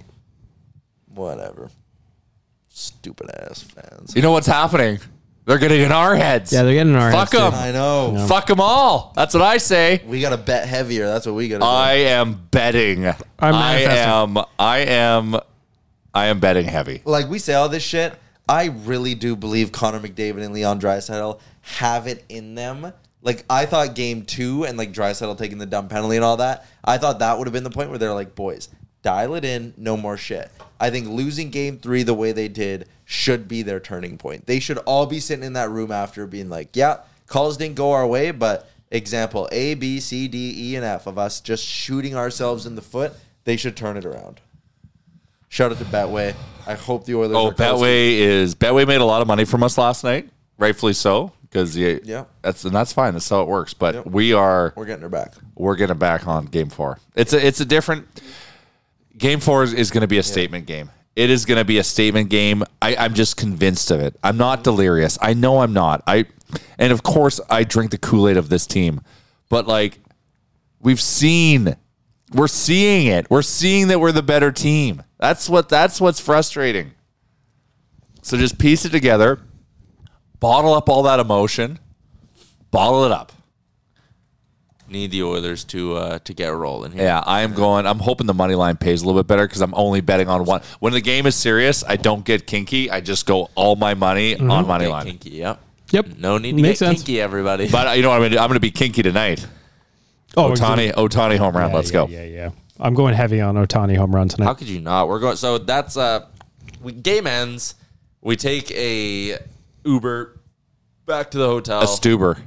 S3: Whatever. Stupid ass fans.
S6: You know what's happening? They're getting in our heads.
S5: Yeah, they're getting in our
S6: Fuck them.
S5: heads, too.
S3: I know.
S6: Fuck them all. That's what I say.
S3: We got to bet heavier. That's what we got to do.
S6: I am betting. i
S5: manifesting.
S6: am. I am. I am betting heavy.
S3: like we say all this shit. I really do believe Connor McDavid and Leon Draisaitl have it in them. Like I thought game two and like Draisaitl taking the dumb penalty and all that. I thought that would have been the point where they're like, boys, dial it in, no more shit. I think losing game three the way they did should be their turning point. They should all be sitting in that room after being like, yeah, calls didn't go our way, but example A, B, C, D, E, and F of us just shooting ourselves in the foot. They should turn it around. Shout out to Betway. I hope the Oilers.
S6: Oh,
S3: are coasting.
S6: Betway is Betway made a lot of money from us last night, rightfully so, because
S3: Yeah.
S6: that's and that's fine. That's how it works. But we are
S3: We're getting her back.
S6: we're getting back on game four. It's a it's a different game four is, is going to be a statement game. It is going to be a statement game. I, I'm just convinced of it. I'm
S3: Mm-hmm.
S6: not delirious. I know I'm not. I and of course I drink the Kool Aid of this team, but like we've seen, we're seeing it. We're seeing that we're the better team. That's what that's what's frustrating. So just piece it together, bottle up all that emotion, bottle it up.
S4: Need the Oilers to uh, to get rolling here.
S6: Yeah, I am going. I'm hoping the money line pays a little bit better because I'm only betting on one. When the game is serious, I don't get kinky. I just go all my money
S5: Mm-hmm.
S6: on money
S4: Get
S6: line.
S4: kinky, yep.
S5: Yep.
S4: No need to
S5: Makes
S4: get
S5: sense.
S4: kinky, everybody.
S6: But uh, you know what I'm going to do? I'm going to be kinky tonight.
S5: Oh, exactly.
S6: Otani, Otani home run.
S5: Yeah,
S6: Let's
S5: yeah,
S6: go.
S5: Yeah, yeah. I'm going heavy on Otani home run tonight.
S4: How could you not? We're going. So that's uh, we, game ends. We take a Uber back to the hotel
S6: A Stuber. Have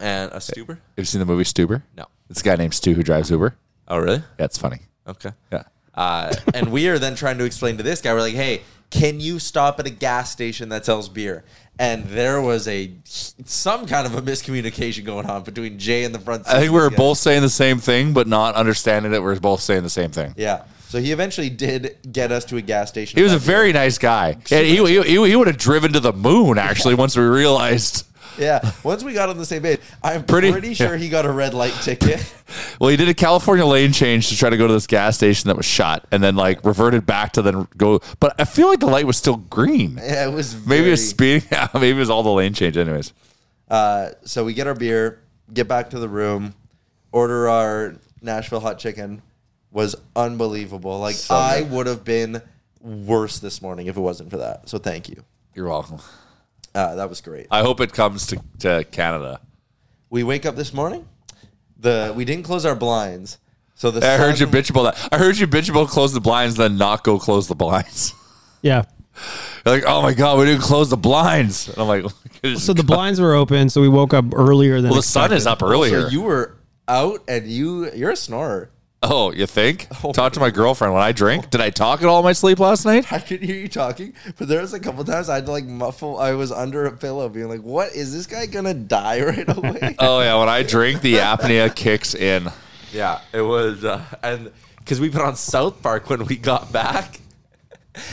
S4: and a Stuber.
S6: you seen the movie Stuber?
S4: No.
S6: It's a guy named Stu who drives Uber.
S4: Oh really?
S6: That's funny.
S4: Okay.
S6: Yeah.
S4: Uh,
S3: And we are then trying to explain to this guy, we're like, hey, can you stop at a gas station that sells beer? And there was a some kind of a miscommunication going on between Jay and the front.
S6: I think we were
S3: seats guy.
S6: both saying the same thing, but not understanding that we are both saying the same thing.
S3: Yeah. So he eventually did get us to a gas station.
S6: He was a
S3: That
S6: very nice guy. And he, he, he would have driven to the moon, actually, once we realized.
S3: day. yeah. Once we got on the same page, I'm
S6: Pretty-
S3: pretty, sure he got a red light ticket.
S6: Well, he did a California lane change to try to go to this gas station that was shut, and then like reverted back to then go. But I feel like the light was still green.
S3: yeah, it was
S6: Maybe
S3: very,
S6: it was speeding. Yeah, maybe it was all the lane change. Anyways,
S3: Uh, so we get our beer, get back to the room, order our Nashville hot chicken. Was unbelievable. Like I would have been worse this morning if it wasn't for that. So thank you.
S6: you're welcome.
S3: Uh, that was great.
S6: I hope it comes to, to Canada.
S3: We wake up this morning. The we didn't close our blinds, so the
S6: I heard you
S3: sun-
S6: bitch about that. I heard you bitch about close the blinds, then not go close the blinds.
S5: yeah.
S6: You're like, oh my god, we didn't close the blinds. And I'm like,
S5: So the blinds were open, so we woke up earlier than
S6: well, the sun is up earlier.
S3: So you were out, and you you're a snorer.
S6: oh, you think? Talk to my girlfriend when I drink. Did I talk at all in my sleep last night?
S3: I could hear you talking, but there was a couple times I had to like muffle. I was under a pillow, being like, "What is this guy gonna die right away?"
S6: Oh yeah, when I drink, the apnea kicks in.
S4: yeah, it was, uh, and because we put on South Park when we got back.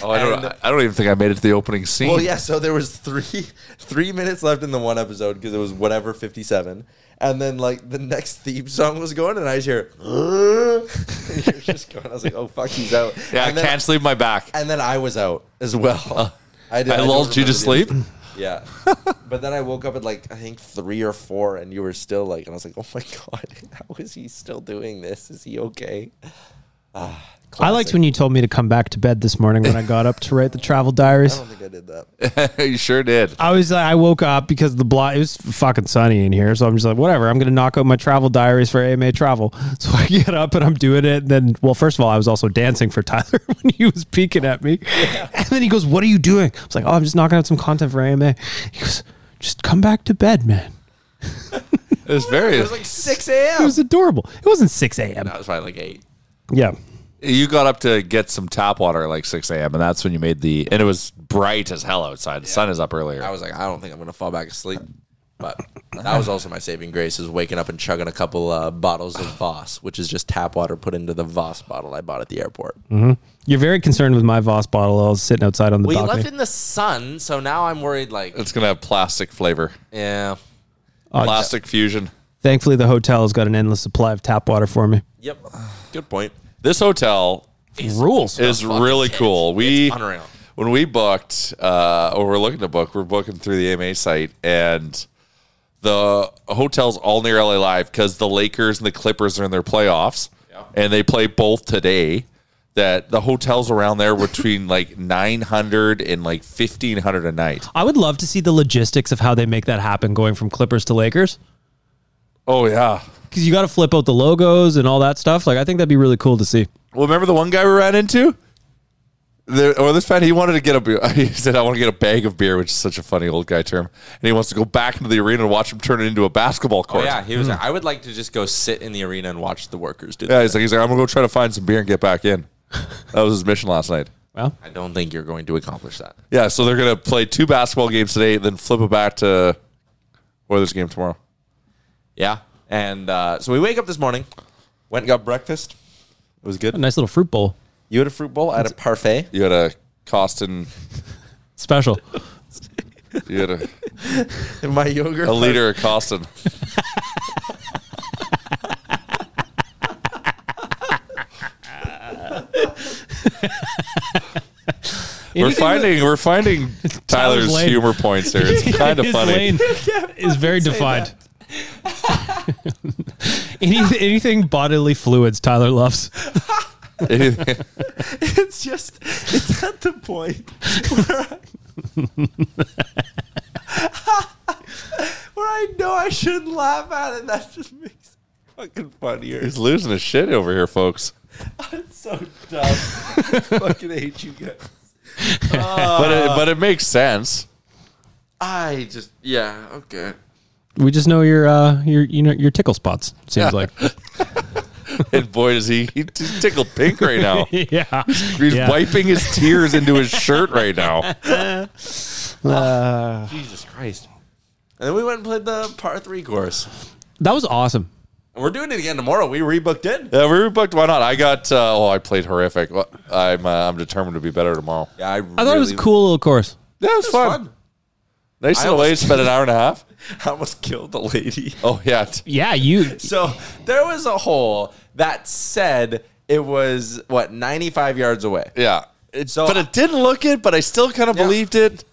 S6: Oh, I don't.
S4: And-
S6: I don't even think I made it to the opening scene.
S3: Well, yeah. So there was three three minutes left in the one episode because it was whatever fifty seven, and then like the next theme song was going, and I just hear, and you're just going. I was like, oh fuck, he's out.
S6: Yeah, I
S3: and then,
S6: can't sleep my back.
S3: And then I was out as
S4: Uh,
S3: well. I, did,
S6: I
S3: don't
S6: lulled you to
S3: remember the
S6: sleep.
S3: other- Yeah, but then I woke up at like I think three or four, and you were still like, and I was like, oh my god, how is he still doing this? Is he okay?
S5: I liked when you told me to come back to bed this morning when I got up to write the travel diaries.
S3: I don't think I did that.
S6: you sure did.
S5: I was like, I woke up because the blind it was fucking sunny in here, so I'm just like, whatever. I'm gonna knock out my travel diaries for AMA travel. So I get up and I'm doing it. And then, well, first of all, I was also dancing for Tyler when he was peeking at me, and then he goes, "What are you doing?" I was like, "Oh, I'm just knocking out some content for AMA." He goes, "Just come back to bed, man."
S6: It was very.
S3: Six
S5: It
S3: a.m.
S5: was adorable. It wasn't 6 a.m.
S4: That was probably like eight.
S5: Yeah,
S6: you got up to get some tap water at like six a.m. and that's when you made the. And it was bright as hell outside. The sun is up earlier.
S4: I was like, I don't think I'm gonna fall back asleep, but That was also my saving grace is waking up and chugging a couple uh, bottles of Voss, which is just tap water put into the Voss bottle I bought at the airport.
S5: You're very concerned with my Voss bottle. I was sitting outside on the
S4: Well, you
S5: balcony.
S4: left it in the sun, so now I'm worried. Like,
S6: It's gonna have plastic flavor,
S4: yeah,
S6: Uh, plastic fusion.
S5: Oh, Thankfully, the hotel has got an endless supply of tap water for me.
S4: yep, good point.
S6: This hotel
S5: Rules.
S6: is
S4: fucking
S6: really
S4: kids.
S6: cool. We
S4: It's unreal.
S6: when we booked, uh, or we're looking to book, we're booking through the AMA site, and the hotel's all near LA Live because the Lakers and the Clippers are in their playoffs, and they play both today. That the hotels around there between like nine hundred and like fifteen hundred a night.
S5: I would love to see the logistics of how they make that happen going from Clippers to Lakers.
S6: Oh yeah.
S5: Because you got to flip out the logos and all that stuff. Like, I think that'd be really cool to see.
S6: Well, remember the one guy we ran into? There, or this fan, he wanted to get a beer. He said, I want to get a bag of beer, which is such a funny old guy term. And he wants to go back into the arena and watch him turn it into a basketball
S4: Oh
S6: court.
S4: yeah, he was. like, I would like to just go sit in the arena and watch the workers do
S6: Yeah,
S4: that.
S6: he's like, he's like, I'm going to go try to find some beer and get back in. That was his mission last night.
S5: Well,
S4: I don't think you're going to accomplish that.
S6: Yeah, so they're going to play two basketball games today, then flip it back to Oilers game tomorrow.
S4: Yeah, and uh, so we wake up this morning, went and got breakfast. It was
S5: a
S4: good.
S5: nice little fruit bowl
S4: You had a fruit bowl. I had a parfait.
S6: You had a Costin,
S5: special.
S6: you had a,
S3: My yogurt.
S6: a liter of Costin. We're finding we're finding
S5: Tyler's
S6: Tyler's
S5: lane.
S6: humor points here. It's kind of
S5: His
S6: funny.
S5: lane is very defined. Any, anything bodily fluids, Tyler loves.
S3: It's just, it's at the point where I, where I know I shouldn't laugh at it. That just makes it fucking funnier.
S6: He's losing his shit over here, folks.
S3: It's so dumb. I fucking hate you guys.
S6: but it, Eh, but it makes sense.
S4: I just yeah okay.
S5: We just know your uh, your you know your tickle spots. Seems like
S6: And boy, does he he tickled pink right now.
S5: yeah.
S6: He's
S5: Yeah.
S6: wiping his tears into his shirt right now.
S4: Jesus Christ. And then we went and played the par three course.
S5: That was awesome.
S4: And we're doing it again tomorrow. We rebooked in.
S6: Yeah, we were booked. Why not? I got. Uh, oh, I played horrific. Well, I'm uh, I'm determined to be better tomorrow.
S4: Yeah, I,
S5: I thought it was a cool little course.
S6: Yeah, it was, fun. Nice
S4: I
S6: little way to
S4: almost-
S6: spend an hour and a half.
S4: I almost killed the lady.
S6: Oh yeah, t-
S5: Yeah, you
S4: So there was a hole that said it was what 95 yards away.
S6: yeah. It's,
S4: So-
S6: but it didn't look it. But I still kind of
S4: Yeah.
S6: believed it.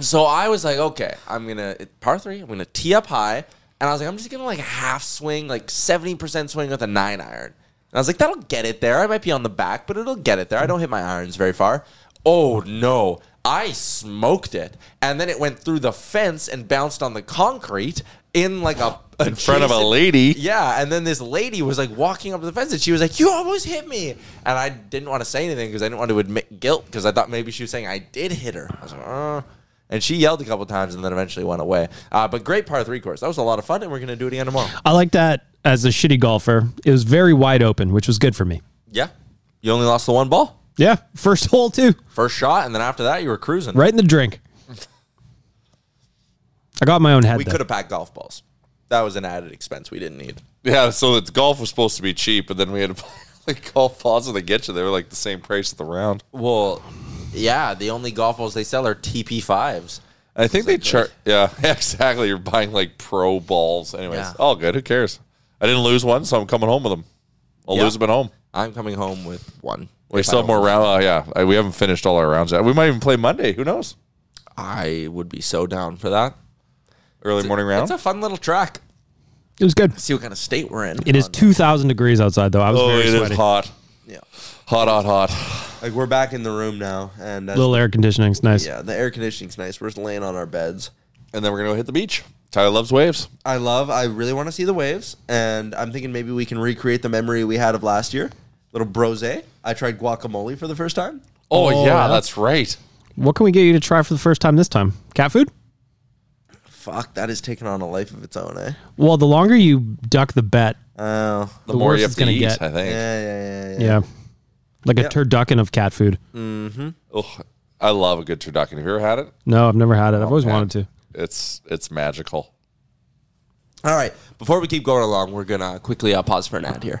S4: So I was like, okay, I'm gonna it- par three. I'm gonna tee up high, and I was like, I'm just gonna like half swing, like 70 percent swing with a nine iron. And I was like, that'll get it there. I might be on the back, but it'll get it there. I don't hit my irons very far. Oh no. I smoked it, and then it went through the fence and bounced on the concrete in like a
S6: In front of a
S4: adjacent-
S6: lady.
S4: yeah, and then this lady was like walking up to the fence, and she was like, "You almost hit me," and I didn't want to say anything because I didn't want to admit guilt because I thought maybe she was saying I did hit her. I was like, "Uh," and she yelled a couple times, and then eventually went away. Uh, but great par three course. That was a lot of fun, and we're gonna do it again tomorrow.
S5: I like that as a shitty golfer. It was very wide open, which was good for me.
S4: Yeah, you only lost the one ball,
S5: Yeah, first hole too,
S4: first shot, and then after that you were cruising.
S5: right in the drink. I got my own head.
S4: We
S5: though.
S4: could have packed golf balls. That was an added expense we didn't need.
S6: Yeah. So the golf was supposed to be cheap, and then we had to play like golf balls and they get you. They were like the same price at the round.
S4: Well, yeah, the only golf balls they sell are TP fives.
S6: I think they chart. Yeah, exactly. You're buying like pro balls. Anyways,
S4: Yeah.
S6: all good. Who cares? I didn't lose one, so I'm coming home with them. I'll
S4: Yeah.
S6: lose them at home.
S4: I'm coming home with one.
S6: We still have more rounds. Oh, yeah, I- we haven't finished all our rounds yet. We might even play Monday. Who knows?
S4: I would be so down for that.
S6: Early morning round.
S4: It's a fun little track.
S5: It was good.
S4: See what kind of state we're in.
S5: It is two thousand degrees outside though. I was
S6: oh, it
S5: very
S6: is
S5: sweaty.
S6: hot.
S3: Yeah.
S6: Hot, hot, hot.
S3: Like, we're back in the room now, and that's,
S5: Little air conditioning's nice.
S3: yeah, the air conditioning's nice. We're just laying on our beds.
S6: And then we're gonna go hit the beach. Tyler loves waves.
S3: I love. I really want to see the waves, and I'm thinking maybe we can recreate the memory we had of last year. Little brose. I tried guacamole for the first time.
S6: Oh, yeah,
S5: yeah.
S6: that's right.
S5: What can we get you to try for the first time this time? Cat food?
S3: Fuck, that is taking on a life of its own, eh?
S5: Well, the longer you duck the bet,
S3: Oh,
S6: The,
S5: The
S6: more
S5: worst
S6: you
S5: it's
S6: have to
S5: gonna
S6: eat,
S5: get.
S6: I think.
S3: yeah, yeah, yeah, yeah.
S5: yeah, like a
S3: Yep.
S5: turducken of cat food.
S6: Ugh, I love a good turducken. Have you ever had it?
S5: No, I've never had it. I've always wanted to.
S6: It's it's magical.
S4: All right. Before we keep going along, we're gonna quickly uh, pause for an ad here.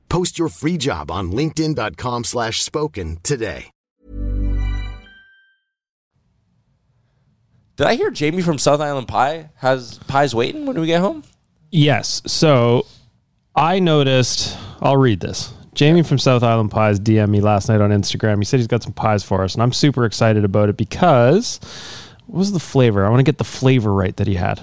S8: Post your free job on linkedin.com/spoken slash spoken today.
S4: Did I hear Jamie from South Island Pie has pies waiting when we get home?
S5: Yes. So I noticed, I'll read this. Jamie from South Island Pies DM'd me last night on Instagram. He said he's got some pies for us, and I'm super excited about it because what was the flavor? I want to get the flavor right that he had.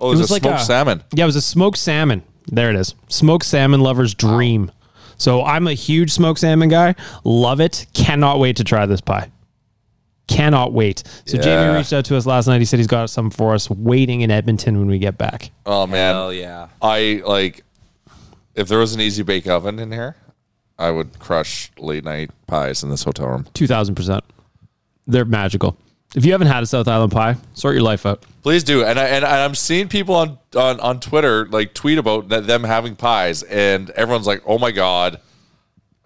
S6: Oh, it was, a smoked salmon.
S5: Yeah, it was a smoked salmon. There it is. Smoked salmon lover's dream. So I'm a huge smoked salmon guy. Love it. Cannot wait to try this pie. Cannot wait. So
S6: Yeah.
S5: Jamie reached out to us last night. He said he's got some for us waiting in Edmonton when we get back.
S6: Oh man.
S4: Hell yeah.
S6: I like if there was an easy bake oven in here, I would crush late night pies in this hotel room.
S5: Two thousand percent. They're magical. If you haven't had a South Island pie, sort your life out.
S6: Please do. And I and I- I'm seeing people on on on Twitter like tweet about that, them having pies and everyone's like, "Oh my god,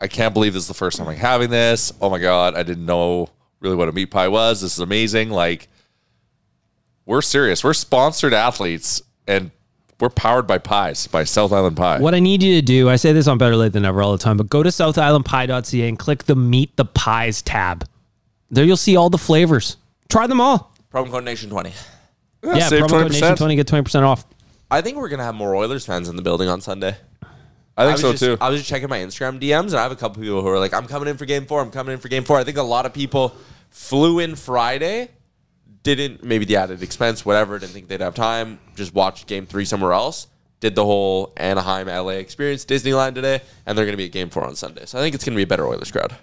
S6: I can't believe this is the first time I'm having this. Oh my god, I didn't know really what a meat pie was. This is amazing." Like we're serious. We're sponsored athletes and we're powered by pies, by South Island Pie.
S5: What I need you to do, I say this on Better Late Than Never all the time, but go to SouthIslandPie.ca and click the Meet the Pies tab. There you'll see all the flavors. Try them all.
S4: Promo code Nation Twenty.
S5: Yeah,
S6: save
S5: promo code
S6: 20%.
S5: Nation Twenty get twenty percent off.
S4: I think we're gonna have more Oilers fans in the building on Sunday.
S6: I think
S4: was
S6: so
S4: just,
S6: too.
S4: I was just checking my Instagram DMs, and I have a couple people who are like, "I'm coming in for Game Four. I'm coming in for Game 4. I think a lot of people flew in Friday, didn't maybe the added expense, whatever, didn't think they'd have time, just watched Game Three somewhere else. Did the whole Anaheim LA experience, Disneyland today, and they're going to be at Game Four on Sunday. So I think it's going to be a better Oilers crowd.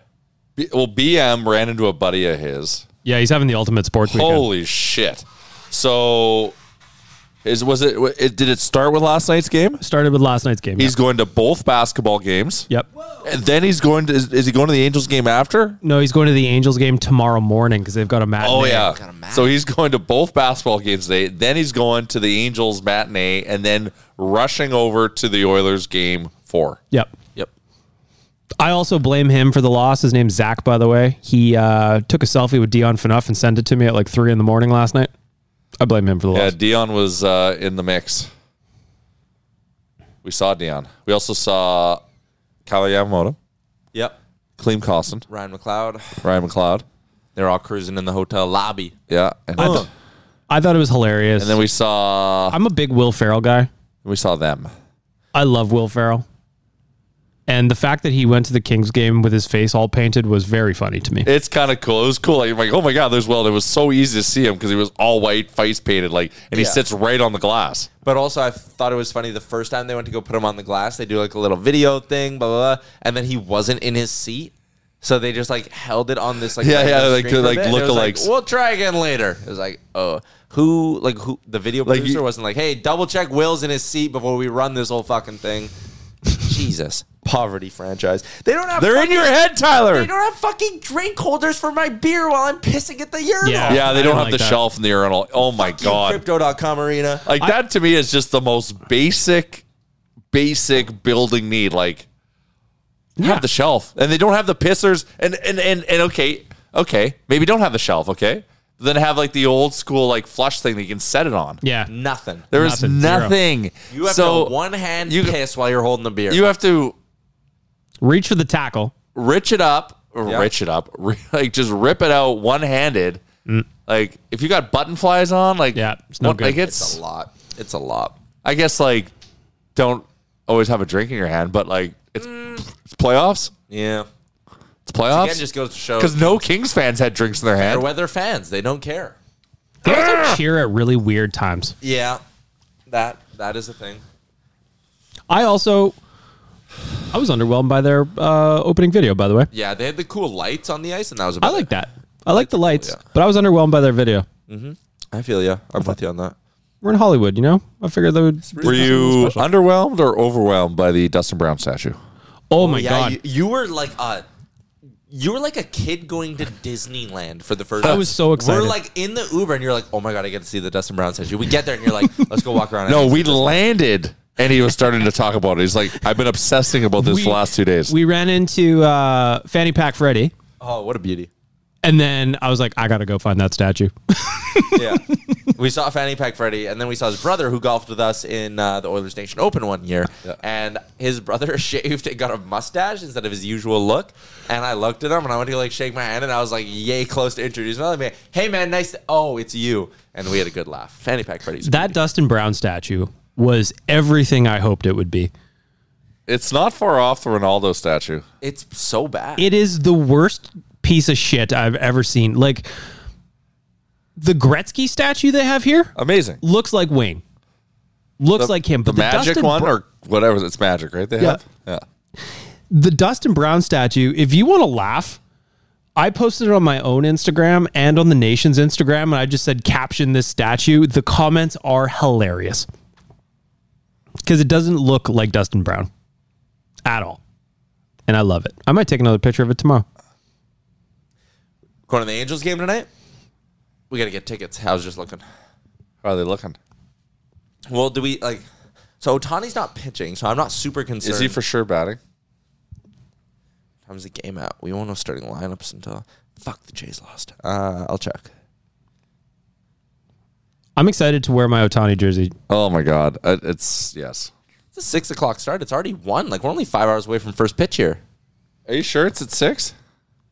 S6: B- well, BM ran into a buddy of his.
S5: Yeah, he's having the ultimate sports weekend.
S6: Holy shit! So, is was it, wa- it? Did it start with last night's game?
S5: Started with last night's game.
S6: He's going to both basketball games.
S5: yep.
S6: And then he's going to. Is, is he going to the Angels game after?
S5: No, he's going to the Angels game tomorrow morning because they've got a match.
S6: Oh yeah. So he's going to both basketball games today. Then he's going to the Angels matinee, and then rushing over to the Oilers game four.
S5: Yep.
S4: Yep.
S5: I also blame him for the loss. His name's Zach, by the way. He uh, took a selfie with Dion Phaneuf and sent it to me at like three in the morning last night. I blame him for the
S6: Yeah,
S5: loss.
S6: Dion was uh, in the mix. We saw Dion. We also saw Kyle Yamamoto,
S4: Yep.
S6: Clem Costin,
S4: Ryan McLeod.
S6: Ryan McLeod.
S4: They're all cruising in the hotel lobby.
S6: Yeah, and,
S5: I thought it was hilarious.
S6: and then we saw
S5: I'm a big Will Ferrell guy.
S6: we saw them.
S5: I love Will Ferrell. And the fact that he went to the Kings game with his face all painted was very funny to me.
S6: It's kind of cool. It was cool. Like, I'm like, oh my god, there's Will. And it was so easy to see him because he was all white, face painted, like, and he
S4: Yeah.
S6: sits right on the glass.
S4: But also, I thought it was funny the first time they went to go put him on the glass, they do like a little video thing, blah blah, blah and then he wasn't in his seat, so they just like held it on this like
S6: Yeah, yeah,
S4: random
S6: like-
S4: screen for a
S6: like
S4: bit, and it was
S6: lookalikes.
S4: we'll try again later. It was like, oh, who like who the video
S6: Like,
S4: producer
S6: you-
S4: wasn't like, hey, double check Will's in his seat before we run this whole fucking thing.
S3: Jesus. Poverty franchise. They don't have.
S6: They're in your head, Tyler.
S3: They don't have fucking drink holders for my beer while I'm pissing at the urinal.
S6: Yeah, they don't, have the shelf in the urinal. Oh my god.
S3: Crypto.com arena.
S6: like that to me is just the most basic basic building need like have the shelf and they don't have the pissers and and and, and okay okay maybe don't have the shelf okay then have like the old school like flush thing that you can set it on
S5: Yeah.
S4: Nothing.
S6: There is Nothing. Zero. nothing.
S4: You have
S6: So,
S4: to one hand
S6: you-
S4: piss while you're holding the beer.
S6: you have to
S5: reach for the tackle
S6: rich it up or rich it up ri- like just rip it out one-handed like if you got button flies on like yeah it's
S5: Mm. no good.
S6: like it's,
S4: It's a lot. It's a lot.
S6: I guess like don't always have a drink in your hand, but like it's, it's playoffs.
S4: Yeah,
S6: it's playoffs.
S4: Mm. Again, just goes to show-
S6: because no Kings fans had drinks in their
S4: Fair
S6: hand.
S4: weather fans, they don't care.
S5: They
S6: Ah!
S5: also cheer at really weird times.
S4: Yeah, that that is a thing.
S5: I also, I was underwhelmed by their uh, opening video, by the way.
S4: Yeah, they had the cool lights on the ice, and that was about
S5: I like that. I like the lights, but I was underwhelmed by their video.
S4: Mm-hmm. I feel you. I'm with you on that.
S5: We're in Hollywood, you know? I figured they would.
S6: Were you underwhelmed or overwhelmed by the Dustin Brown statue?
S5: Oh my
S4: yeah,
S5: God.
S4: You, you were like a, you were like a kid going to Disneyland for the first.
S5: I
S4: time.
S5: was so excited.
S4: We're like in the Uber, and you're like, "Oh my god, I get to see the Dustin Brown statue." We get there, and you're like, "Let's go walk around."
S6: No, we landed and he was starting to talk about it. He's like, I've been obsessing about this for the last two days.
S5: We ran into uh, Fanny Pack Freddy,
S4: Oh, what a beauty!
S5: and then I was like, I got to go find that statue.
S4: yeah. We saw Fanny Pack Freddy, and then we saw his brother who golfed with us in uh, the Oilers Nation Open one year. And his brother shaved and got a mustache instead of his usual look. And I looked at him and I went to like shake my hand, and I was like, yay, close to introducing him. Like, hey, man, nice. To- oh, it's you. And we had a good laugh. Fanny Pack Freddy's.
S5: that Dustin Brown statue was everything I hoped it would be.
S6: It's not far off the Ronaldo statue.
S4: It's so bad.
S5: It is the worst piece of shit I've ever seen. Like the Gretzky statue they have here,
S6: amazing.
S5: Looks like Wayne. Looks like him.
S6: the,
S5: But the,
S6: magic
S5: Dustin
S6: one
S5: Bro-
S6: or whatever. It's magic, right? They
S5: Yeah.
S6: have. Yeah.
S5: the Dustin Brown statue. If you want to laugh, I posted it on my own Instagram and on the nation's Instagram, and I just said caption this statue. The comments are hilarious because it doesn't look like Dustin Brown at all, and I love it. I might take another picture of it tomorrow.
S4: Going to the Angels game tonight? We got to get tickets. How's just looking?
S6: How are they looking?
S4: Well, do we like. So Otani's not pitching, so I'm not super concerned.
S6: Is he for sure batting?
S4: Time's the game out. We won't know starting lineups until. Fuck, the Jays lost. Uh, I'll check.
S5: I'm excited to wear my Otani jersey.
S6: Oh my god, it's yes.
S4: It's a six o'clock start. It's already one. Like we're only five hours away from first pitch here.
S6: Are you sure it's at six?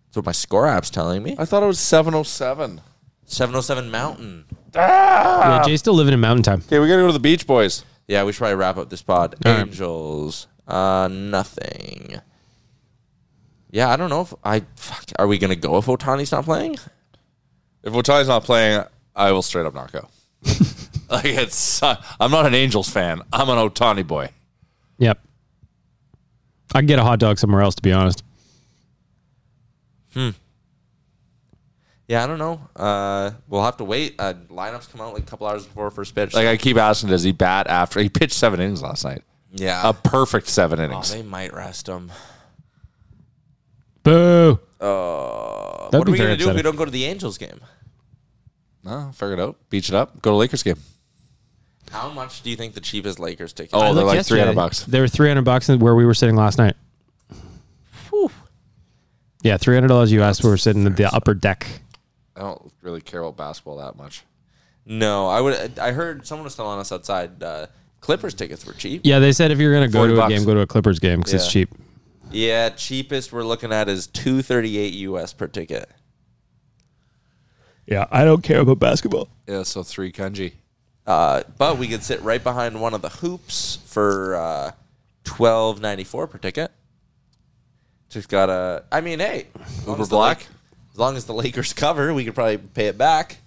S4: That's what my score app's telling me.
S6: I thought it was seven oh seven.
S4: Seven oh seven Mountain.
S5: yeah, Jay's still living in Mountain Time.
S6: Okay, we gotta go to the Beach Boys.
S4: Yeah, we should probably wrap up this pod.
S5: All right.
S4: Angels. Uh, nothing. Yeah, I don't know if I. Fuck, are we gonna go if Otani's not playing?
S6: If Otani's not playing, I will straight up not go. like it's, I'm not an Angels fan. I'm an Otani boy.
S5: Yep. I can get a hot dog somewhere else, to be honest.
S4: Yeah, I don't know. Uh, we'll have to wait. Uh, lineups come out like a couple hours before first pitch.
S6: Like I keep asking, does he bat after he pitched seven innings last night?
S4: Yeah.
S6: a perfect seven
S4: oh,
S6: innings.
S4: they might rest him.
S5: Boo.
S4: Uh,
S5: That'd
S4: what
S5: be
S4: are we
S5: very
S4: gonna do if we
S5: upsetting.
S4: don't go to the Angels game?
S6: no, figure it out. Beach it up. Go to Lakers game.
S4: How much do you think the cheapest Lakers ticket?
S6: Oh,
S5: I
S6: they're
S5: looked
S6: like
S5: yesterday.
S6: 300 bucks.
S5: They were three hundred bucks where we were sitting last night.
S4: Whew.
S5: Yeah, three hundred dollars US. We were sitting at the upper deck.
S6: I don't really care about basketball that much.
S4: No, I would. I heard someone was telling us outside. Uh, Clippers tickets were cheap.
S5: Yeah, they said if you're gonna go
S6: 40
S5: to a
S6: bucks.
S5: game, go to a Clippers game because it's
S4: Yeah.
S5: cheap.
S4: Yeah, cheapest we're looking at is two thirty eight US per ticket.
S5: Yeah, I don't care about basketball.
S6: Yeah, so three kanji.
S4: Uh, but we could sit right behind one of the hoops for uh, twelve ninety four per ticket. Just gotta. I mean, hey, as long
S6: Uber
S4: as the
S6: Black?
S4: Lake- as long as the Lakers cover, we could probably pay it back.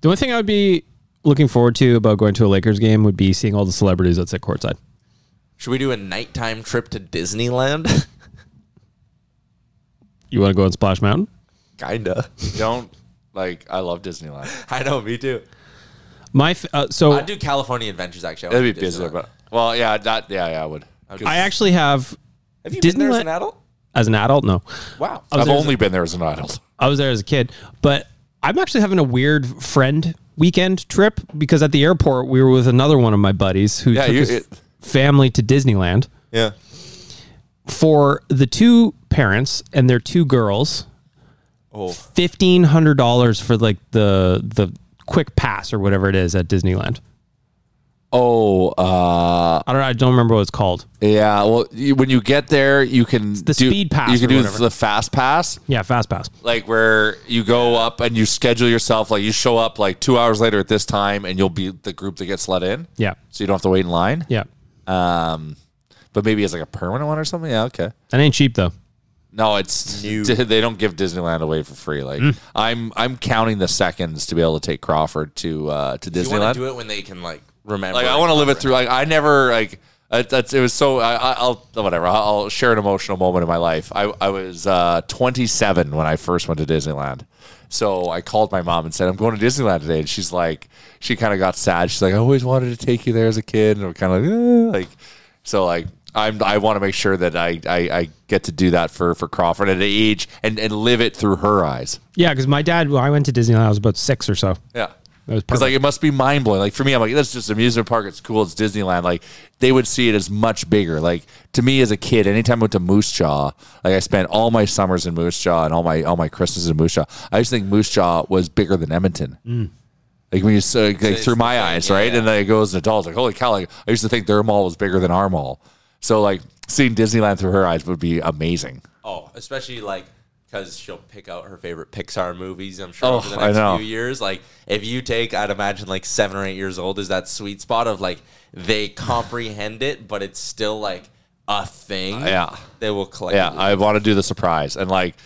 S5: The only thing I would be looking forward to about going to a Lakers game would be seeing all the celebrities that sit courtside.
S4: Should we do a nighttime trip to Disneyland?
S5: You want to go on Splash Mountain?
S4: Kinda.
S6: Don't like. I love Disneyland.
S4: I know, me too.
S5: My f- uh, so
S4: I'd do California Adventures actually. I
S6: That'd
S4: wouldn't
S6: be
S4: do
S6: busy,
S4: Disneyland.
S6: but well, yeah, not yeah, yeah, I would.
S9: Okay.
S5: I actually have.
S10: Have you been
S5: didn't
S10: there as
S5: let-
S10: an adult?
S5: As an adult, no.
S10: Wow.
S5: I was
S9: I've
S5: there as
S9: only
S5: a-
S9: been there as an adult.
S5: I was there as a kid, but I'm actually having a weird friend weekend trip because at the airport we were with another one of my buddies who
S9: Yeah,
S5: took
S9: you-
S5: his
S9: it-
S5: family to Disneyland.
S9: Yeah.
S5: For the two parents and their two girls,
S9: Oh.
S5: fifteen hundred dollars for like the the quick pass or whatever it is at Disneyland.
S6: Oh, uh,
S5: I don't. I don't remember what it's called.
S6: Yeah. Well, you, when you get there, you can the
S5: speed pass
S6: You can
S5: or
S6: do
S5: whatever.
S6: the fast pass,
S5: Yeah, fast pass.
S6: like where you go up and you schedule yourself. Like you show up like two hours later at this time, and you'll be the group that gets let in.
S5: Yeah.
S6: So you don't have to wait in line.
S5: Yeah.
S6: Um, but maybe it's like a permanent one or something. Yeah. Okay.
S5: That ain't cheap though.
S6: No, it's they don't give Disneyland away for free. Like
S4: Hmm.
S6: I'm I'm counting the seconds to be able to take Crawford to uh, to
S4: Do you want
S6: Disneyland.
S4: to do it when they can like remember?
S6: Like I want to live it through. Like I never like uh, that's it was so I, I- I'll whatever I'll- I'll share an emotional moment in my life. I I was uh, 27 when I first went to Disneyland. So I called my mom and said I'm going to Disneyland today, and she's like, she kind of got sad. She's like, I always wanted to take you there as a kid, and we're kind of like, eh, like, so like I'm I want to make sure that I, I I get to do that for for Crawford at an age and and live it through her eyes.
S5: Yeah, because my dad. Well, I went to Disneyland. I was about six or so.
S6: Yeah.
S5: That
S6: Because
S5: was perfect.
S6: like it must be mind blowing. Like for me, I'm like that's just an amusement park. It's cool. It's Disneyland. Like they would see it as much bigger. Like to me as a kid, anytime I went to Moose Jaw, like I spent all my summers in Moose Jaw and all my all my Christmases in Moose Jaw. I just think Moose Jaw was bigger than Edmonton.
S9: Mm.
S6: Like when you so, like,
S9: it's
S6: through my eyes, right? And then I go as an adult, like holy cow! Like I used to think their mall was bigger than our mall. So like seeing Disneyland through her eyes would be amazing.
S4: Oh, especially like because she'll pick out her favorite Pixar movies. I'm sure
S6: Oh,
S4: over the
S6: I
S4: next
S6: know.
S4: few years, like if you take, I'd imagine like seven or eight years old is that sweet spot of like they comprehend it, but it's still like a thing.
S6: Yeah.
S4: they will collect.
S6: Yeah, I want to do the surprise and like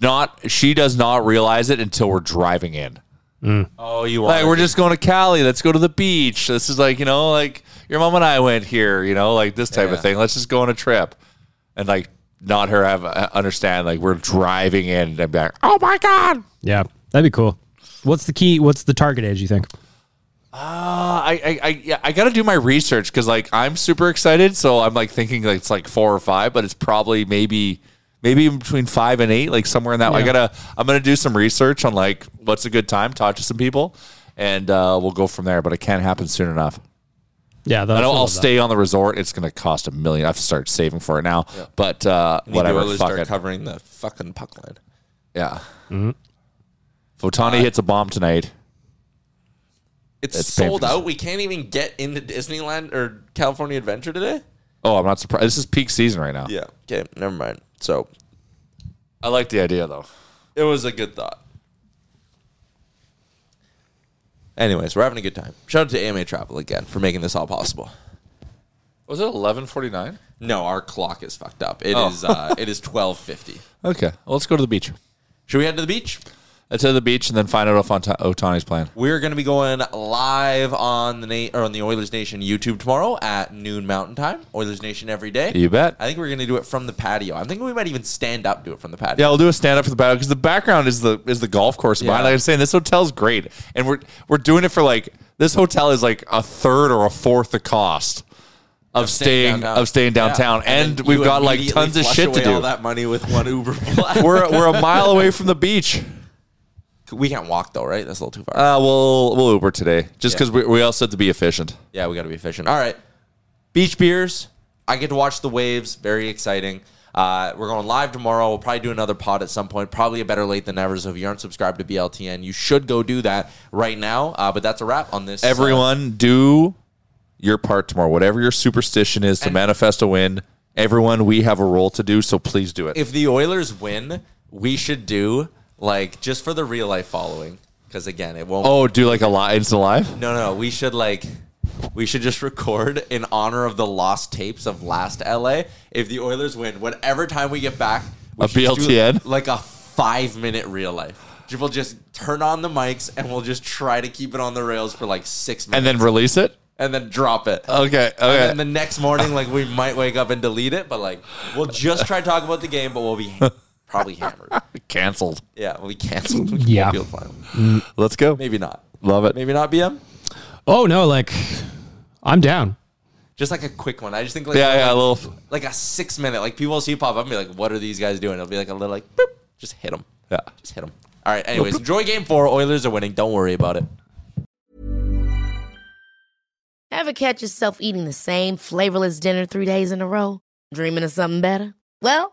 S6: not she does not realize it until we're driving in.
S4: Oh, you
S6: Like we're just going to Cali, let's go to the beach. This is like, you know, like your mom and I went here, you know, like this type
S4: Yeah.
S6: of thing. Let's just go on a trip. And like not her have uh, understand like we're driving in and be like, "Oh my god."
S5: Yeah, that'd be cool. What's the key? What's the target age? You think?
S6: Uh, I, I, I, yeah, I got to do my research because like I'm super excited, so I'm like thinking like it's like four or five, but it's probably maybe maybe even between five and eight, like somewhere in that. I
S9: Yeah.
S6: gotta, I'm gonna do some research on like what's a good time, talk to some people, and uh, we'll go from there. But it can't happen soon enough.
S5: Yeah,
S6: I know
S5: that's-
S6: I'll stay on the resort. It's gonna cost a million. I have to start saving for it now, but uh,
S4: need to
S6: whatever.
S4: really
S6: Fuck
S4: start
S6: it.
S4: covering Mm-hmm. the fucking puck line.
S6: yeah. Fotani
S4: Uh,
S6: hits a bomb tonight.
S4: It's,
S6: It's
S4: sold
S6: painful.
S4: out. We can't even get into Disneyland or California Adventure today.
S6: Oh, I'm not surprised. This is peak season right now.
S4: Yeah. Okay. Never mind. So,
S6: I like the idea though.
S4: It was a good thought. Anyways, we're having a good time. Shout out to AMA Travel again for making this all possible.
S6: Was it 11:49?
S4: No, our clock is fucked up. It is
S6: Oh.
S4: uh, it is twelve fifty.
S6: Okay, well, let's go to the beach.
S4: Should we head to the beach?
S6: Let's head to the beach and then find out if Otani's playing.
S4: We're going to be going live on the Na- or on the Oilers Nation YouTube tomorrow at noon Mountain Time. Oilers Nation every day.
S6: You bet.
S4: I think we're going to do it from the patio. I think we might even stand up do it from the patio.
S6: Yeah, we'll do a stand up for the battle because the background is the is the golf course. behind.
S4: Yeah.
S6: Like I was saying, this hotel's great, and we're we're doing it for like this hotel is like a third or a fourth the cost of,
S4: staying
S6: staying,
S4: downtown.
S6: of staying downtown,
S4: Yeah.
S6: and,
S4: then
S6: we've
S4: you
S6: got like
S4: immediately
S6: tons of
S4: flush
S6: shit to
S4: away All
S6: do.
S4: that money with one Uber. Black.
S6: we're we're a mile away from the beach.
S4: We can't walk though, right? That's a little too far.
S6: Uh, we'll we'll Uber today just
S4: Yeah.
S6: because we, we also have to be efficient.
S4: Yeah, we got to be efficient. All right. Beach beers. I get to watch the waves. Very exciting. Uh, we're going live tomorrow. We'll probably do another pod at some point. Probably a better late than ever. So if you aren't subscribed to BLTN, you should go do that right now. Uh, but that's a wrap on this. uh,
S6: Everyone, do your part tomorrow. Whatever your superstition is to manifest a win. Everyone, we have a role to do, so please do it.
S4: if the Oilers win, we should do like just for the real life following. Because again, it won't.
S6: Oh, do like a live instant live?
S4: No, no, we should like we should just record in honor of the lost tapes of last LA. If the Oilers win, whatever time we get back, we
S6: A
S4: should just do,
S6: BLTN?
S4: like a five minute real life. We'll just turn on the mics and we'll just try to keep it on the rails for like six minutes
S6: And then Oh, release it?
S4: and then drop it.
S6: Okay, okay.
S4: And then the next morning, like we might wake up and delete it, but like we'll just try to talk about the game, but we'll be probably hammered.
S6: Canceled.
S4: Yeah, we'll be canceled. We won't
S5: Yeah.
S4: be able to find them.
S5: Mm.
S6: Let's go.
S4: Maybe not.
S6: Love it.
S4: Maybe not BM.
S5: Oh no, like I'm down.
S4: Just like a quick one. I just think like
S6: Yeah, yeah,
S4: like,
S6: a little-
S4: like a six minute. Like people will see you pop up and be like, "What are these guys doing?" It'll be like a little like, boop, just hit them.
S6: Yeah,
S4: just hit them. All right. Anyways, enjoy game four. Oilers are winning. Don't worry about it.
S2: Ever catch yourself eating the same flavorless dinner three days in a row? Dreaming of something better? Well,